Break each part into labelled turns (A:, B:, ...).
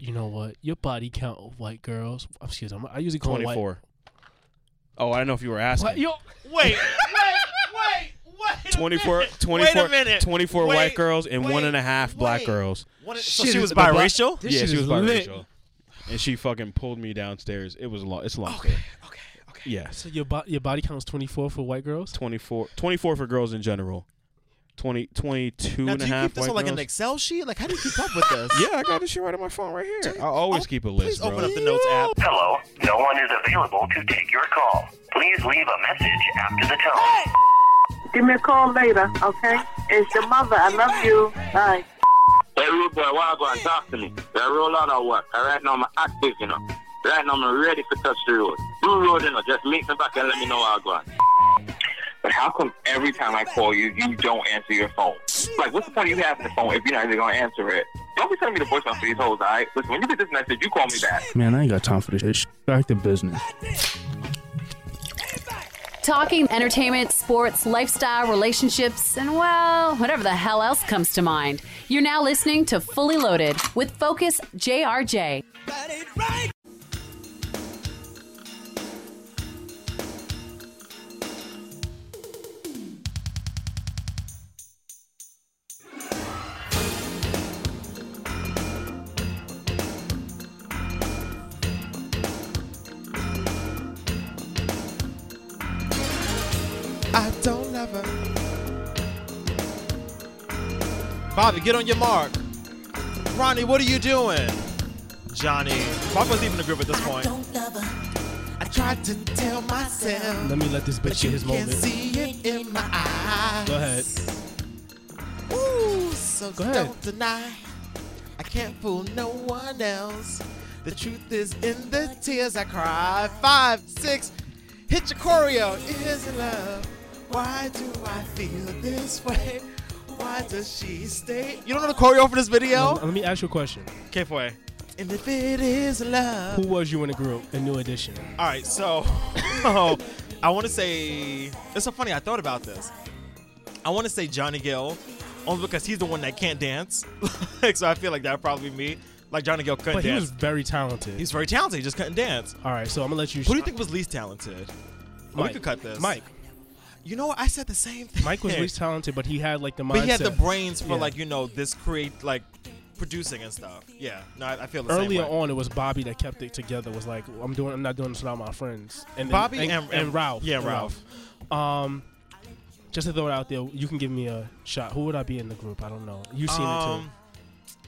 A: you know what? Your body count of white girls. oh, Excuse me. I'm- I usually call them
B: Twenty
A: white.
B: four. Oh, I don't know if you were
A: What?
B: asking.
A: Yo,
C: Wait, wait, wait, wait.
B: 24,
C: minute.
B: 24,
C: Wait a minute.
B: 24 white
C: Wait,
B: girls and one
C: wait,
B: and a half black
C: wait.
B: girls.
C: What is- so
A: Shit,
C: she was
A: the black-
C: biracial.
A: This
B: yeah,
A: shit
B: she was
A: is lit.
B: biracial. And she fucking pulled me downstairs. It was long. It's a long.
C: Okay,
B: story.
C: okay, okay.
B: Yes.
A: so your bo- your body count is 24 for white girls.
B: 24, 24 for girls in general. 20, 22
C: Now,
B: and
C: do
B: a
C: you
B: half
C: keep this
B: white
C: on like
B: girls.
C: an Excel sheet? Like, how do you keep up with this?
B: yeah, I got this shit right on my phone right here. I always keep a list,
C: oh, Please open
B: bro.
C: up the notes app.
D: Hello, no one is available to take your call. Please leave a message after the tone.
E: Give me a call later, okay? It's your mother. I love you. Bye.
F: Hey, rude boy, why go and talk to me? Do I roll out or what? And right now, I'm active, you know. Right now, I'm ready to touch the road. Do road, you know. Just make me back and let me know how I go on.
G: But how come every time I call you, you don't answer your phone? Like, what's the point of you having the phone if you're not even gonna answer it? Don't be sending me the voicemail for these hoes, alright? Listen, when you get this message, you call me back.
H: Man, I ain't got time for this shit. Back to business.
I: Talking entertainment, sports, lifestyle, relationships, and well, whatever the hell else comes to mind. You're now listening to Fully Loaded with Focus JRJ.
C: I don't love her. Bobby, get on your mark. Ronnie, what are you doing? Johnny. Bobby was even a group at this point.
J: Don't love her.
C: I tried to tell myself,
A: Let me let this bitch get his moment.
C: see it in my eyes.
A: Go ahead.
C: Ooh, so
A: Go ahead.
C: don't deny. I can't fool no one else. The truth is in the tears I cry. Five, six, hit your choreo. It is love. Why do I feel this way? Why does she stay? You don't know the choreo for this
A: Let,
C: video?
A: let me ask you a question.
C: Okay, boy. And if it is love.
A: Who was you in the group in New Edition?
C: All right, so oh, I want to say it's so funny. I thought about this. I want to say Johnny Gill, only because he's the one that can't dance. like, so I feel like that would probably be me. Like Johnny Gill couldn't
A: But he
C: dance.
A: was very talented.
C: he's very talented. He just couldn't dance.
A: All right, so I'm gonna let you.
C: Who do you think was least talented? Oh, we could cut this.
A: Mike.
C: You know what? I said the same thing.
A: Mike was least talented, but he had like the mindset.
C: But he had the brains for
A: Yeah.
C: like you know this create like producing and stuff. Yeah. No, I, I feel the
A: Earlier
C: same way.
A: on, it was Bobby that kept it together. Was like, I'm doing, I'm not doing this without my friends. And then-
C: Bobby
A: and,
C: and,
A: and Ralph.
C: Yeah,
A: and
C: Ralph.
A: Um, just to throw it out there, you can give me a shot. Who would I be in the group? I don't know. You've seen it too.
C: Um,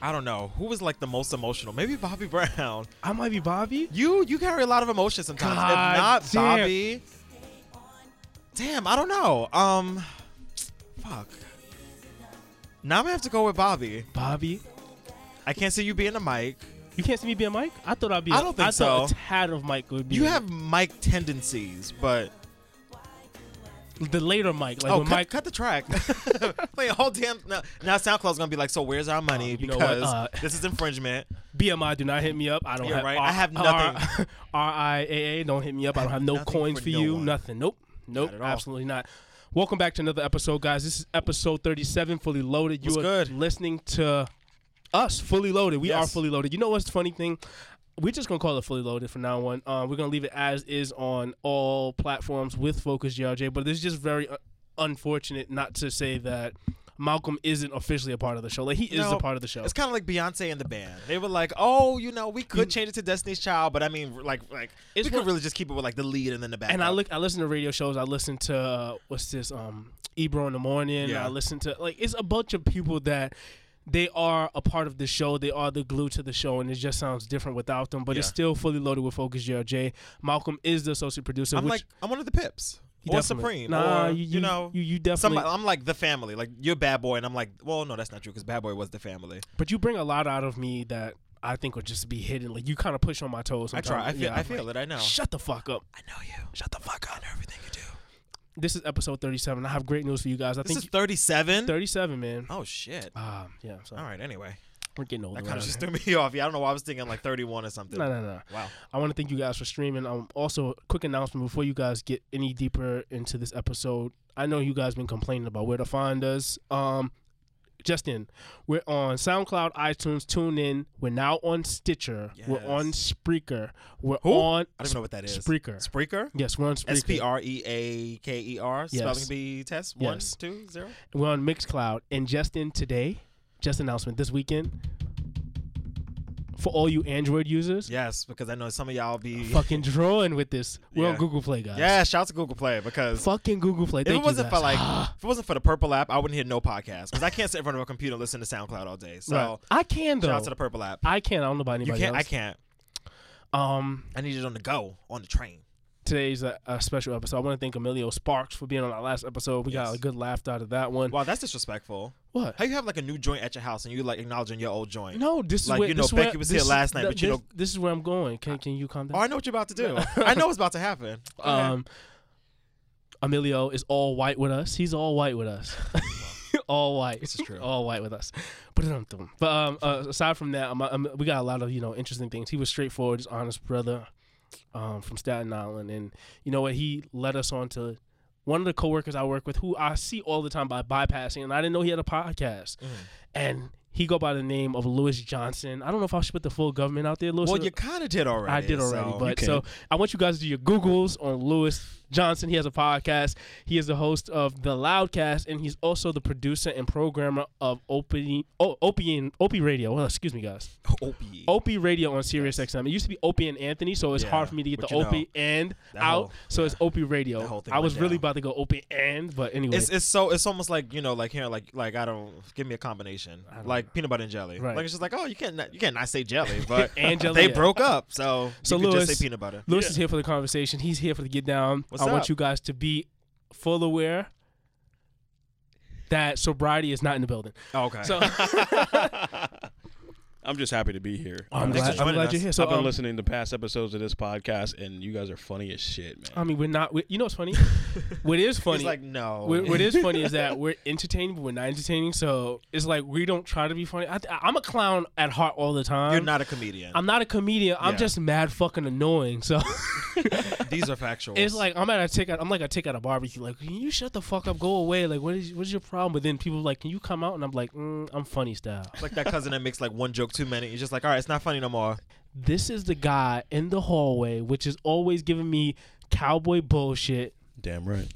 C: I don't know who was like the most emotional. Maybe Bobby Brown.
A: I might be Bobby.
C: You you carry a lot of emotion sometimes.
A: God
C: if not
A: damn.
C: Bobby, damn, I don't know. Um, fuck. Now I'm gonna have to go with Bobby.
A: Bobby.
C: I can't see you being a Mike.
A: You can't see me being Mike. I thought I'd be.
C: I don't think
A: I thought
C: so.
A: A tad of Mike would be.
C: You have Mike tendencies, but
A: the later Mike, like
C: oh,
A: when
C: cut,
A: Mike.
C: cut the track. Wait, whole damn now, now SoundCloud's gonna be like, so where's our money?
A: Uh, you know what,
C: because
A: uh,
C: this is infringement.
A: BMI, do not hit me up. I don't
C: Yeah,
A: have.
C: right.
A: R-
C: I have nothing.
A: R I A A, don't hit me up. I don't have
C: have
A: no
C: nothing
A: coins
C: for
A: for
C: no
A: you.
C: one.
A: Nothing. Nope. Nope.
C: Not at all.
A: Absolutely not. Welcome back to another episode, guys. This is episode 37, fully loaded. You
C: What's
A: are
C: good?
A: listening to us, fully loaded. We are
C: Yes.
A: fully loaded. You know what's the funny thing? We're just gonna call it fully loaded from now on. Um, we're gonna leave it as is on all platforms with Focus GRJ. But it's just very uh, unfortunate not to say that Malcolm isn't officially a part of the show. Like he is
C: No,
A: a part of the show.
C: It's kind of like Beyonce and the band. They were like, "Oh, you know, we could change it to Destiny's Child, but I mean, like, like
A: It's
C: we could
A: one-
C: really just keep it with like the lead and then the back."
A: and I look, I listen to radio shows. I listen to uh, what's this, um, Ebro in the morning.
C: Yeah.
A: I listen to like it's a bunch of people that they are a part of the show. They are the glue to the show, and it just sounds different without them. But it's
C: Yeah.
A: still fully loaded with Focus JLJ. Malcolm is the associate producer.
C: I'm
A: which
C: like, I'm one of the Pips
A: he
C: or
A: definitely-
C: Supreme.
A: Nah,
C: or,
A: you, you
C: know,
A: you, you definitely.
C: somebody, I'm like the family. Like you're Bad Boy, and I'm like, well, no, that's not true because Bad Boy was the family.
A: but you bring a lot out of me that I think would just be hidden. Like you kind of push on my toes.
C: I try. I
A: sometimes.
C: feel.
A: Yeah,
C: I
A: I'm
C: feel
A: like,
C: it. I know.
A: Shut the fuck up.
C: I know you. Shut the fuck up. I know everything you do.
A: This is episode 37. I have great news for you guys. I
C: This
A: think
C: is 37.
A: 37, man.
C: Oh shit.
A: Ah, yeah. So
C: All right. Anyway,
A: we're getting older.
C: that kind
A: around
C: of just
A: here.
C: threw me off. Yeah, I don't know why I was thinking like 31 or something.
A: No, no, no.
C: Wow.
A: I want to thank you guys for streaming. Um, also, quick announcement before you guys get any deeper into this episode. I know you guys been complaining about where to find us. Um, just in. We're on SoundCloud, iTunes, TuneIn. We're now on Stitcher. We're on Spreaker. We're on.
C: I don't even know what that is.
A: Spreaker.
C: Spreaker?
A: Yes, we're on Spreaker.
C: S P R E A K E R. Spelling bee test. One,
A: Yes.
C: two, zero.
A: We're on Mixcloud. And just in today, just announcement this weekend for all you Android users,
C: Yes, because I know some of y'all be.
A: fucking drawing with this. We're on
C: Yeah.
A: Google Play, guys.
C: Yeah, shout out to Google Play because
A: Fucking Google Play.
C: if
A: Thank
C: it
A: you,
C: wasn't for
A: guys. Ah.
C: like, if it wasn't for the Purple app, I wouldn't hear no podcast because I can't sit in front of a computer and listen to SoundCloud all day. So
A: Right. I can though.
C: shout out to the Purple app.
A: I can. I don't know about
C: You
A: anybody
C: can't. I
A: else.
C: can't.
A: Um,
C: I need it on the go, on the train.
A: today's a, a special episode. I want to thank Emilio Sparks for being on our last episode. We got
C: Yes.
A: a good laugh out of that one.
C: Wow, that's disrespectful.
A: What?
C: How you have like a new joint at your house and you like acknowledging your old joint?
A: No, this
C: Like,
A: is where,
C: you know,
A: this is where-
C: Becky was
A: this
C: here
A: is-
C: last night, but you
A: this,
C: know-
A: this is where I'm going. Can can you calm
C: Oh,
A: down?
C: I know what you're about to do. I know what's about to happen.
A: Um, Emilio is all white with us. He's all white with us. all white. This
C: is true.
A: all white with us. But um, but um, uh, aside from that, um, um, we got a lot of you know interesting things. He was straightforward, just honest brother, um, from Staten Island, and you know what? He led us on to one of the coworkers I work with, who I see all the time by bypassing, and I didn't know he had a podcast,
C: Mm.
A: and. He go by the name of Lewis Johnson. I don't know if I should put the full government out there. Lewis,
C: Well, you kind of did already.
A: I did already,
C: so-
A: but
B: can.
A: so I want you guys to do your Googles on Lewis Johnson. He has a podcast. He is the host of the Loudcast, and he's also the producer and programmer of Opie oh, Opie and Opie Radio. Well, excuse me, guys.
C: Opie.
A: Opie Radio on Sirius XM. It used to be Opie and Anthony, so it's
C: Yeah,
A: hard for me to get
C: but
A: the
C: you know,
A: Opie and
C: that
A: out.
C: whole-
A: so it's Opie Radio.
C: That whole thing
A: I
C: went
A: was really
C: down.
A: about to go Opie and, but anyway,
C: It's it's so it's almost like you know like hearing like like I don't give me a combination like peanut butter and jelly
A: Right.
C: like it's just like oh you can't not- you can't not say jelly but
A: And jelly,
C: they
A: yeah.
C: broke up so
A: So
C: you could
A: Louis-
C: just say peanut butter
A: Lewis is here for the conversation. He's here for the get down.
C: What's
A: I want
C: up?
A: you guys to be full aware that sobriety is not in the building.
C: oh, okay
A: So.
B: I'm just happy to be here.
A: I'm
B: I've
C: Thanks
A: glad,
C: for
A: I'm
C: joining
A: glad
C: us.
A: you're here. So,
B: been
A: um,
B: listening to past episodes of this podcast, and you guys are funny as shit, man.
C: Um,
A: I mean, we're not. We, you know what's funny? what is funny?
C: he's like no
A: what, what is funny is that we're entertaining, but we're not entertaining. So it's like we don't try to be funny. I, I'm a clown at heart all the time.
C: you're not a comedian
A: I'm not a comedian. I'm
C: Yeah.
A: just mad fucking annoying. So
C: these are factual
A: it's like I'm at a tick. I'm like a tick at a barbecue. Like, can you shut the fuck up? Go away. Like, what is what's your problem? But then people are like, can you come out? And I'm like, mm, I'm funny style.
C: It's like that cousin that makes like one joke too many. You're just like, all right, it's not funny no more.
A: This is the guy in the hallway, which is always giving me cowboy bullshit.
B: Damn right.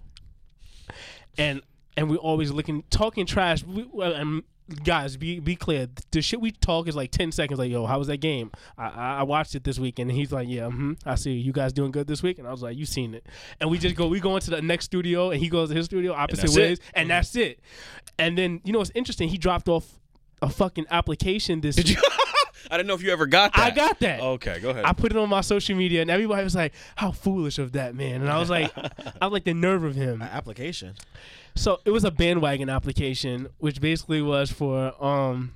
A: and and we always looking talking trash. We, well, and guys, be be clear. The shit we talk is like ten seconds. Like, yo, how was that game? I I, I watched it this week, and he's like, yeah, hmm I see you guys doing good this week, and I was like, you seen it? And we just go, we go into the next studio, and he goes to his studio, opposite
B: that's it.
A: ways, and that's it. And then you know what's interesting? He dropped off a fucking application this.
B: Did you? I didn't know if you ever got that.
A: I got that.
B: Okay, go ahead.
A: I put it on my social media, and everybody was like, "How foolish of that man!" And I was like, "I was like the nerve of him."
C: Application.
A: So it was a bandwagon application, which basically was for um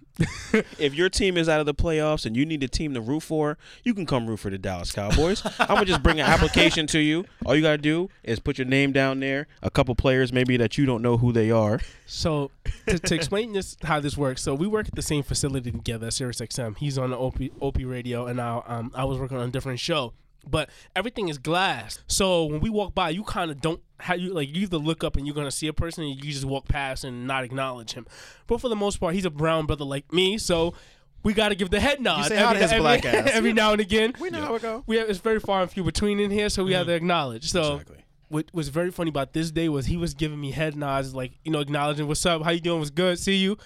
B: if your team is out of the playoffs and you need a team to root for, you can come root for the Dallas Cowboys. I'm gonna just bring an application to you. All you gotta do is put your name down there. A couple players maybe that you don't know who they are.
A: so to, to explain this how this works. So we work at the same facility together at SiriusXM. He's on the OP, OP radio, and I um I was working on a different show. But everything is glass. So when we walk by, you kind of don't how you like you either look up and you're gonna see a person, and you just walk past and not acknowledge him. But for the most part, he's a brown brother like me, so. We gotta give the head nod
C: say hi to his
A: every,
C: black ass.
A: every now and again.
C: We know how it go.
A: we have it's very far and few between in here, so we have to acknowledge. So
B: Exactly.
A: what was very funny about this day was he was giving me head nods, like you know, acknowledging what's up, how you doing, was good, see you,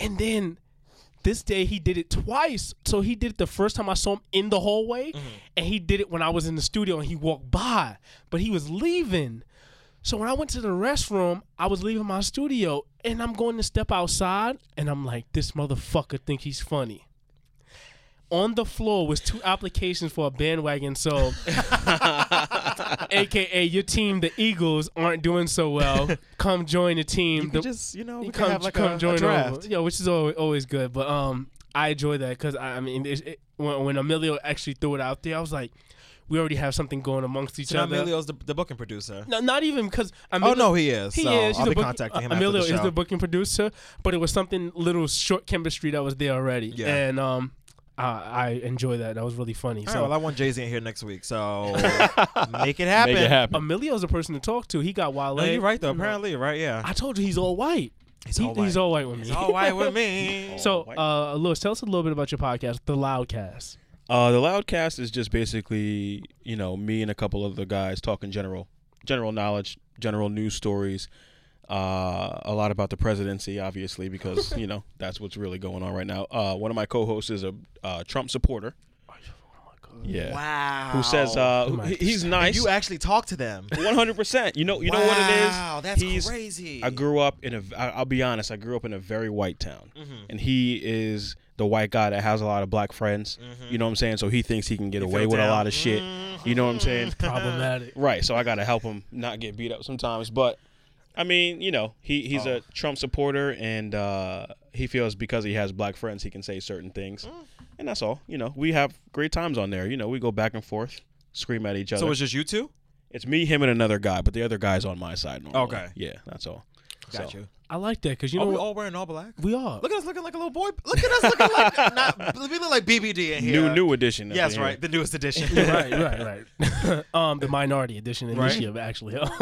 A: and then. This day he did it twice. So he did it the first time I saw him in the hallway, and he did it when I was in the studio and he walked by, but he was leaving. So when I went to the restroom, I was leaving my studio and I'm going to step outside and I'm like, this motherfucker think he's funny. On the floor was two applications for a bandwagon, so aka your team, the Eagles, aren't doing so well. Come join the team. The-
C: You just, you know, we
A: you
C: can have like a, a
A: over.
C: draft.
A: Yeah, which is always, always good. But um, I enjoy that because I, I mean, it, it, when, when Emilio actually threw it out there, I was like, we already have something going amongst each
C: So now
A: other.
C: Emilio's the, the booking producer.
A: No, not even because.
C: Oh, no, he is. So
A: the
C: I'll be
A: booking-
C: contacting him
A: uh,
C: after the
A: Emilio is
C: show.
A: the booking producer, but it was something little short chemistry that was there already.
C: Yeah.
A: And um, I, I enjoy that. That was really funny.
C: All right,
A: so
C: well, I want Jay Z in here next week, so make it happen.
B: Make it happen.
A: Emilio's a person to talk to. He got Wale.
C: No, you're right though. Apparently, right? Yeah.
A: I told you he's all white. He's, he,
B: all
A: he's
B: white.
A: all white with me.
C: All right with me.
A: So,
B: White.
A: uh, Lewis, tell us a little bit about your podcast, The Loudcast.
B: Uh, the Loudcast is just basically, you know, me and a couple other guys talking general, general knowledge, general news stories. Uh, a lot about the presidency, obviously, because you know that's what's really going on right now. Uh, one of my co-hosts is a uh, Trump supporter. Yeah.
C: Wow.
B: Who says uh, who- he- he's nice?
C: You actually talk to them.
B: One hundred percent. You know, you know what it is.
C: Wow, that's
B: He's-
C: crazy.
B: I grew up in a. I- I'll be honest. I grew up in a very white town,
C: Mm-hmm.
B: and he is the white guy that has a lot of black friends. You know what I'm saying? So he thinks he can get away
C: fell
B: with a
C: Mm-hmm. down. Mm-hmm.
B: lot of shit. You know what I'm saying?
A: Problematic.
B: right. So I gotta help him not get beat up sometimes. But I mean, you know, he he's
C: Oh.
B: a Trump supporter, and uh, he feels because he has black friends, he can say certain things,
C: Mm.
B: and that's all. You know, we have great times on there. You know, we go back and forth. Scream at each other.
C: So it's just you two?
B: It's me, him, and another guy, but the other guy's on my side. Normally.
C: Okay.
B: Yeah, that's all.
C: Got
B: So-
C: you.
A: I like that because you Oh.
C: Are
A: know
C: Oh, we
A: what?
C: all wearing all black?
A: we are.
C: Look at us looking like a little boy. Look at us looking like not. We look like BBD in here.
B: New new edition. up
C: Yes,
B: in here.
C: right. The newest edition.
A: right, right, right. um, the minority edition in this
C: Right.
A: year, actually.
C: Black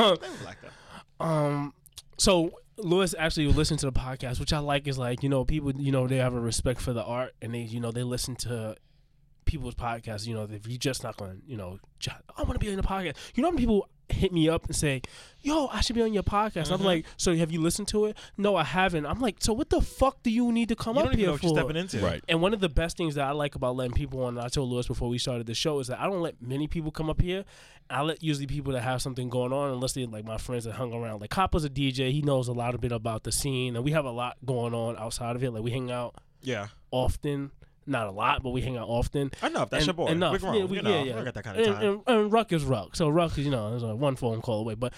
C: though.
A: um, so Lewis actually listened to the podcast, which I like. Is like you know people you know they have a respect for the art and they you know they listen to people's podcasts. You know if you're just not going to you know j- I want to be in the podcast. You know how many people hit me up and say, "Yo, I should be on your podcast."
C: Mm-hmm.
A: I'm like, "So have you listened to it?" No, I haven't. I'm like, "So what the fuck do you need to come
C: You
A: up
C: don't even
A: here
C: know what
A: for?"
C: you're stepping into.
B: Right.
A: And one of the best things that I like about letting people on, and I told Lewis before we started the show, is that I don't let many people come up here. I let usually people that have something going on, unless they like my friends that hung around. Like Cop was a DJ, he knows a lot bit about the scene, and we have a lot going on outside of it. Like we hang out
C: Yeah.
A: often, not a lot, but we hang out often.
C: Enough. That's
A: And-
C: your boy.
A: Enough.
C: We grown.
A: Yeah, we,
C: you know,
A: yeah,
C: we
A: yeah.
C: don't got that kind of
A: And-
C: time.
A: And, and Ruck is Ruck. So Ruck is, you know, is a one phone call away. But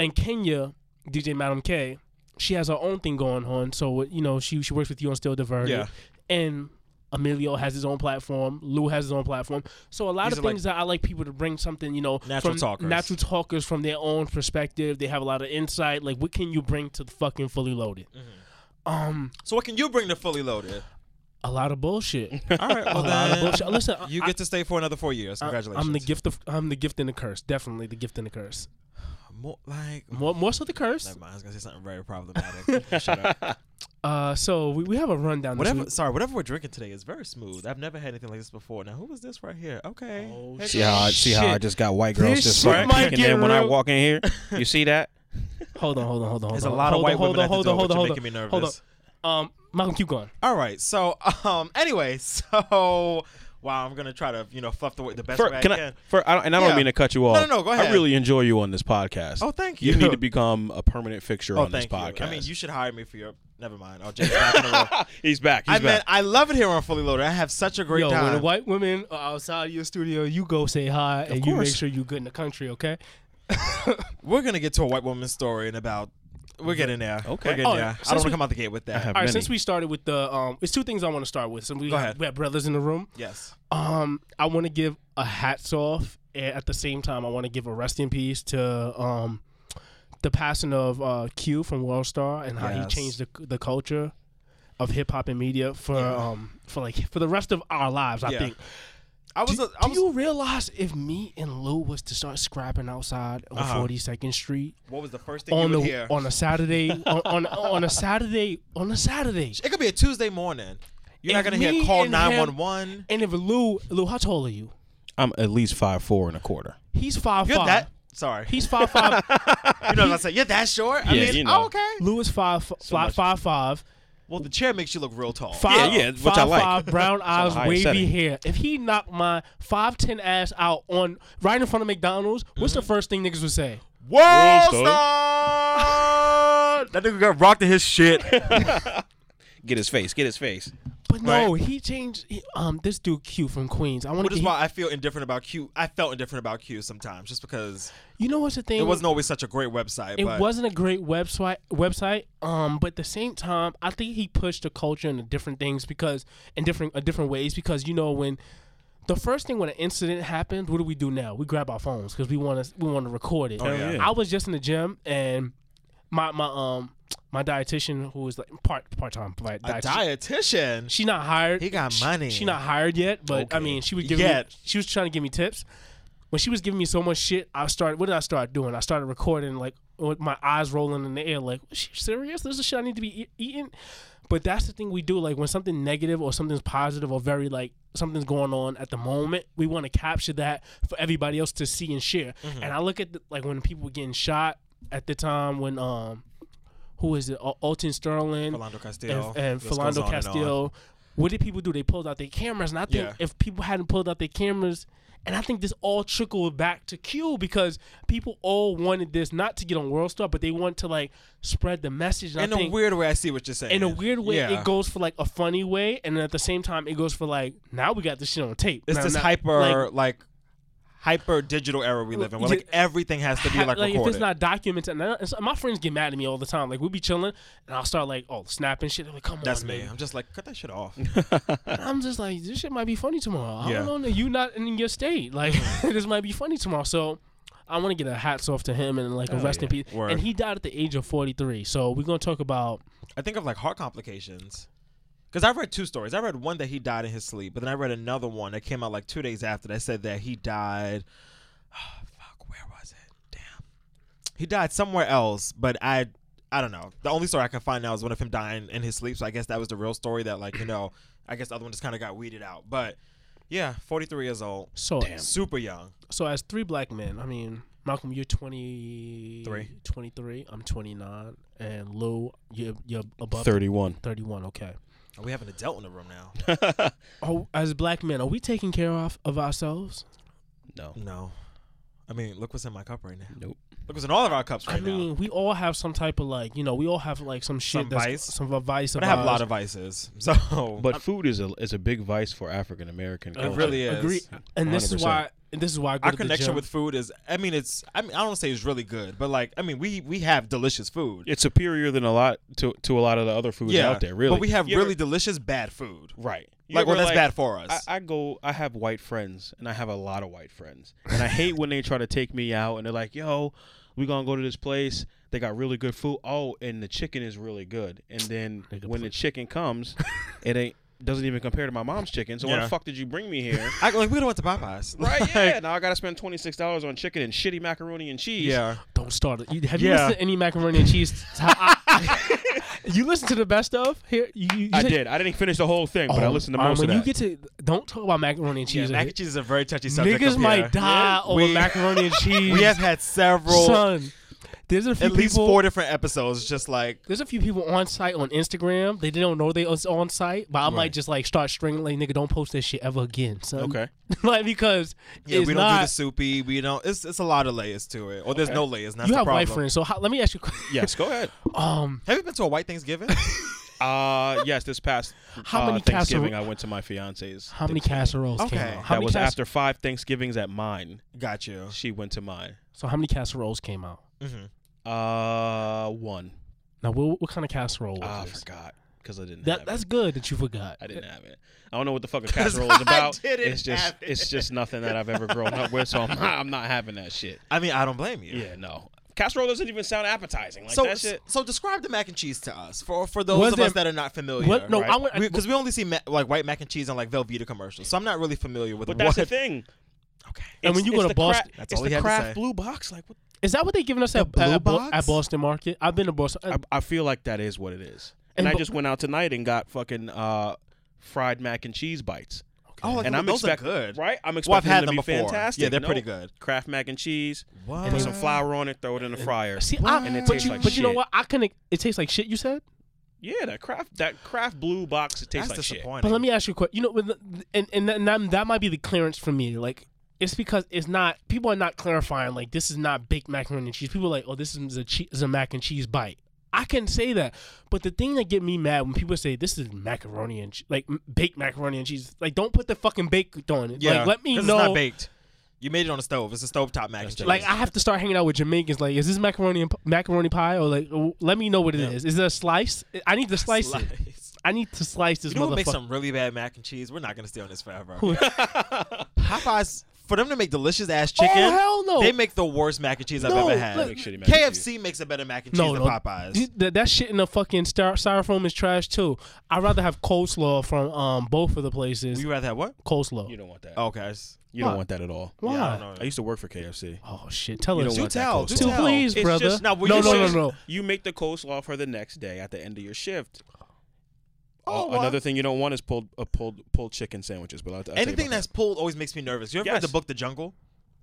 A: in Kenya, DJ Madam K, she has her own thing going on. So, uh, you know, she she works with you on Still Diverted.
C: Yeah.
A: And Emilio has his own platform. Lou has his own platform. So a lot
C: These
A: of
C: are like-
A: things that I like people to bring something, you know,
C: Natural
A: from
C: talkers.
A: natural talkers from their own perspective. They have a lot of insight. Like, what can you bring to the fucking fully loaded?
C: Mm.
A: Um,
C: So what can you bring to fully loaded?
A: a lot of bullshit.
C: All right.
A: a
C: Well
A: lot of
C: then,
A: bullshit. Listen, I-
C: Oh, you
A: I-
C: get to stay for another four years. Congratulations.
A: I'm the gift of I'm the gift and the curse. Definitely the gift and the curse.
C: More, like.
A: More more so the curse.
C: Mm. Never mind. I was gonna say something very problematic. Shut up.
A: Uh, so we, we have a rundown. this
C: Whatever.
A: week.
C: Sorry. Whatever we're drinking today is very smooth. I've never had anything like this before. Now, who was this right here? Okay.
A: Oh,
C: Hey,
B: See how I, see how I
A: Shit.
B: just got white
A: This
B: girls just
A: shit
B: fucking
A: might
B: peeking
A: get
B: in when I
A: real.
B: walk in here. You see that?
A: Hold on, hold on, hold on.
C: There's
A: hold
C: a
A: on,
C: lot of
A: hold
C: white
A: on,
C: women
A: hold
C: at
A: on,
C: the
A: hold
C: door,
A: on,
C: which
A: hold on,
C: are
A: hold
C: making me
A: on. Hold
C: nervous.
A: on. Um, Malcolm, keep going.
C: All right. So, um, anyway, so wow, I'm gonna try to you know fluff the way the best
B: For,
C: way
B: can
C: I
B: I,
C: can.
B: for, I don't, and I don't
C: Yeah.
B: mean to cut you
C: No,
B: off.
C: no, no, go
B: I
C: ahead.
B: really enjoy you on this podcast.
C: Oh, thank
B: You
C: you.
B: need to become a permanent fixture
C: Oh,
B: on this
C: thank you.
B: podcast.
C: I mean, you should hire me for your. Never mind. Oh, James back in the room.
B: he's back. He's
C: I
B: back.
C: mean, I love it here on Fully Loaded. I have such a great
A: Yo, when the
C: time.
A: white women are outside your studio, you go say hi and you make
B: course.
A: sure you good in the country, okay?
C: We're gonna get to a white woman's story in about. We're getting there.
B: Okay.
C: We're getting
A: Oh,
C: there.
A: since
C: I don't want
A: we-
C: to come out the gate with that.
B: have-
A: All right,
B: Many.
A: since we started with the um, it's two things I want to start with. So we
C: Go
A: have,
C: ahead.
A: we have brothers in the room.
C: Yes.
A: Um, I want to give a hats off, and at the same time, I want to give a rest in peace to um, the passing of uh, Q from World Star and how he
C: Yes.
A: changed the the culture of hip hop and media for um for like for the rest of our lives. I
C: Yeah.
A: think.
C: I was.
A: Do,
C: a, I
A: do
C: was.
A: you realize if me and Lou was to start scrapping outside on
C: Uh-huh.
A: Forty Second Street
C: what was the first thing
A: on
C: you
A: the
C: would hear?
A: on a Saturday on, on on a Saturday on a Saturday?
C: it could be a Tuesday morning. You're not
A: If
C: gonna hear
A: me
C: call
A: and him-
C: nine one one.
A: And if Lou Lou, how tall are you?
B: I'm at least five four and a quarter.
A: He's five
C: You're
A: five.
C: that. Sorry.
A: He's five five.
C: you know what I'm saying? You're that short. I
B: Yeah,
C: mean,
B: you know.
C: oh, okay.
A: Lewis five f- five,
B: much.
A: five five
C: Well, the chair makes you look real tall.
A: five
B: yeah, which I
A: five,
B: like.
A: five, brown eyes,
B: high
A: wavy
B: setting.
A: hair. If he knocked my five ten ass out on right in front of McDonald's, what's
B: Mm-hmm.
A: the first thing niggas would say?
C: World
B: World
C: star. that nigga got rocked in his shit.
B: Get his face. Get his face.
A: But no, he changed. He, um, this dude Q from Queens. I want
C: Which
A: to.
C: is why I feel indifferent about Q. I felt indifferent about Q sometimes, just because
A: You know what's the thing?
C: it wasn't always such a great website.
A: It
C: but
A: wasn't a great website. Website. Um, but at the same time, I think he pushed the culture into different things because in different uh, different ways because you know when. The first thing when an incident happens, what do we do now? We grab our phones because we want to we want to record
C: Oh,
A: it.
B: yeah. yeah.
A: I was just in the gym and my my um my dietitian who was like part part time right,
C: a dietitian.
A: She's not hired.
C: He got
A: Sh-
C: money.
A: She, not hired yet, but I mean, she was giving me,
C: Yet.
A: she was trying to give me tips. When she was giving me so much shit, I started. What did I start doing? I started recording like with my eyes rolling in the air, like, "Was she serious? This is shit I need to be e- eating." But that's the thing we do. Like when something negative or something's positive or very like something's going on at the moment, we want to capture that for everybody else to see and share.
C: Mm-hmm.
A: And I look at the, like when people were getting shot at the time when um, who is it? Al- Alton Sterling,
C: Philando Castile.
A: and, and
C: This goes
A: Philando
C: on and on.
A: Castillo. What did people do? They pulled out their cameras, and I think
C: Yeah.
A: if people hadn't pulled out their cameras, and I think this all trickled back to Q because people all wanted this not to get on World Star, but they want to like spread the message. And
C: In
A: I
C: a
A: think
C: weird way, I see what you're saying.
A: in a weird way,
C: Yeah.
A: it goes for like a funny way, and then at the same time, it goes for like now we got this shit on tape.
C: It's
A: Now-
C: this
A: now-
C: hyper,
A: like,
C: like, hyper digital era we live in, where
A: Yeah.
C: like everything has to be
A: ha-
C: like,
A: like, if
C: recorded.
A: it's not documented, and I- and so my friends get mad at me all the time. Like we'll be chilling, and I'll start like oh snapping shit. They're like come
C: That's
A: on,
C: me.
A: man.
C: I'm just like, cut that shit off.
A: I'm just like, this shit might be funny tomorrow. I
C: Yeah. Mm.
A: don't know. You not in your state. Like this might be funny tomorrow. So I want to get a hats off to him and like a rest in peace.
C: Word.
A: And he died at the age of 43. So we're gonna talk about
C: I think of like heart complications. Because I've read two stories. I read one that he died in his sleep, but then I read another one that came out like two days after that said that he died. fuck, where was it? Damn. He died somewhere else, but I, I don't know. The only story I can find now is one of him dying in his sleep. So I guess that was the real story that like you know, I guess the other one just kind of got weeded out. But yeah, 43 years old,
A: so
C: super young.
A: so as three black men. I mean, Malcolm, you're 20,
C: Three.
A: 23. I'm 29, and Lou, you're you're above
B: 31.
A: 31. Okay.
C: Oh, we have an adult in the room now.
A: Oh, as black men, are we taking care of of ourselves?
B: No.
C: no, I mean look what's in my cup right now.
B: Nope.
C: Look what's in all of our cups right
A: I mean,
C: now.
A: we all have some type of like, you know, we all have like some shit
C: Some
A: that's
C: vice.
A: some vice.
C: But
A: of
C: I have a
A: ours.
C: lot of vices, so
B: But food is a is a big vice for African American
A: It
B: culture.
C: really is.
A: Agree. And this is
B: 100%.
A: why. And this is why I go
C: our
A: to the
C: connection
A: gym.
C: with food is i mean it's i mean i don't say it's really good but like i mean we we have delicious food
B: It's superior than a lot to to a lot of the other foods out there. Really,
C: but we have
B: You ever-
C: really delicious bad food
B: right. You
C: like well
B: ever,
C: that's bad for us
B: I, I go. I have white friends, and I have a lot of white friends, and I hate when they try to take me out, and they're like, "Yo, we gonna go to this place. They got really good food. Oh, and the chicken is really good. And then when the chicken comes, it ain't doesn't even compare to my mom's chicken. So why
C: Yeah.
B: the fuck did you bring me here?
C: I, like we don't want the popeyes
B: right?
C: Like,
B: Yeah. Now I gotta spend twenty six dollars on chicken and shitty macaroni and cheese.
C: yeah
A: Don't start it. You, have you
C: Yeah.
A: listened to any macaroni and cheese? you listen to the best of here. You, you, you
B: I
A: said-
B: did. I didn't finish the whole thing, but I
A: Oh,
B: listened to
A: all right,
B: most
A: when
B: of
A: you
B: that.
A: get to, don't talk about macaroni and
C: yeah
A: cheese. eh?
C: mac and cheese is a very touchy subject
A: Niggas
C: up here.
A: might die over
C: We-
A: macaroni and cheese.
C: we have had several
A: son. There's a few
C: at least
A: people.
C: four different episodes just like
A: there's a few people on site on Instagram. They don't know they was on site, but I might just like start stringing like nigga, don't post that shit ever again, son.
B: Okay.
A: like because
C: yeah,
A: it's
C: we don't
A: not,
C: do the soupy. We don't. It's it's a lot of layers to it, or there's no layers. and That's
A: You
C: the
A: have
C: problem.
A: white friends, so how, let me ask you. a question.
B: Yes, go ahead.
A: Um,
C: Have you been to a white Thanksgiving?
B: Uh yes, this past
A: How
B: uh,
A: many
B: Thanksgiving
A: casserole-
B: I went to my fiance's.
A: how many casseroles came
C: Okay.
A: out? How
B: That
A: many
B: was
A: cas-
B: after five Thanksgivings at mine.
C: Got you.
B: She went to mine.
A: So how many casseroles came out?
B: Uh, one.
A: Now, what, what kind of casserole
B: Ah, I
A: was this?
B: forgot because I didn't.
A: That,
B: have
A: that's
B: it.
A: good that you forgot.
B: I didn't have it. I don't know what the fuck a casserole is about.
C: didn't
B: it's just
C: have it.
B: it's just nothing that I've ever grown up with, so I'm not, I'm not having that shit.
C: I mean, I don't blame you.
B: Yeah, no. Casserole doesn't even sound appetizing. Like
C: so,
B: that shit.
C: so describe the mac and cheese to us for for those
A: Was
C: of
A: there-
C: us that are not familiar.
A: What? No, I went. I-
C: because we, only see ma- like white mac and cheese on like Velveeta commercials, so I'm not really familiar with.
B: But that's the
C: what-
B: thing.
C: Okay.
A: And when
B: It's-
A: you go
B: it's
A: to
B: the
A: Boston-
B: cra-
C: That's
B: it's
C: all he
B: the
C: had to
B: craft
C: say.
B: blue box. Like, what?
A: is that what they giving us at,
C: Blue
A: at, Bo-
C: Box?
A: at Boston Market? I've been to Boston. uh, I,
B: I, I feel like that is what it is. And,
A: And
B: I
A: bu-
B: just went out tonight and got fucking uh, fried mac and cheese bites.
C: Oh, like,
B: and I'm
C: those
B: expect-
C: are good.
B: right? I'm
C: Well, I've
B: expecting
C: had
B: them to
C: them
B: be
C: before.
B: fantastic.
C: Yeah, they're
B: No.
C: pretty good. Oh,
B: Kraft mac and cheese.
C: What?
B: Put some flour on it, throw it in the fryer.
A: see, I,
B: And it
A: but
B: tastes
A: you,
B: like
A: but you know
B: shit.
A: what? I couldn't. It tastes like shit. You said.
B: Yeah, that craft that craft blue box. It tastes
C: That's
B: like shit.
C: disappointing.
A: But let me ask you a question. You know, with the- and and, and that, that might be the clearance for me. Like, it's because it's not. People are not clarifying. Like, this is not baked macaroni and cheese. People are like, oh, this is a che- is a mac and cheese bite. I can say that, but the thing that get me mad when people say this is macaroni and che- like m- baked macaroni and cheese. Like, don't put the fucking baked on it.
C: yeah,
A: like, let me
C: 'cause
A: know.
C: It's not baked. You made it on the stove. It's a stovetop mac and cheese.
A: Like I have to start hanging out with Jamaicans. Like, is this macaroni and p- macaroni pie or like? w- Let me know what it is. is. it a slice? I need to slice, it.
C: Slice.
A: I need to slice this
C: You know what makes
A: motherfucker.
C: some really bad mac and cheese? We're not gonna stay on this forever. Popeyes for them to make delicious ass chicken,
A: Oh, hell no.
C: they make the worst mac and cheese I've
A: No,
C: ever had.
A: look- They make shitty mac and
C: KFC makes a better mac and cheese
A: No,
C: than
A: no.
C: Popeyes.
A: You- That, that shit in the fucking styro- styrofoam is trash too. I'd rather have coleslaw from um both of the places.
C: You rather have what? Oh,
A: coleslaw.
B: You don't want that.
C: Okay.
B: You
A: Why?
B: don't want that at all.
A: Why?
C: Yeah, I don't
B: I
C: know.
B: used to work for KFC.
A: oh shit! Tell us.
B: You don't
C: Do
B: want that
C: tell,
B: coleslaw.
C: do
A: Two,
C: tell.
A: please,
B: It's
A: brother.
B: just-
C: no, well,
A: no,
C: you
A: no, no,
C: just-
A: no.
B: You make the coleslaw for the next day at the end of your shift.
C: Oh,
B: Oh,
C: well.
B: another thing you don't want is pulled uh, pulled pulled chicken sandwiches. But I'll, I'll tell you
C: Anything
B: about
C: that's pulled always makes me nervous. You ever read
B: Yes.
C: the book The Jungle?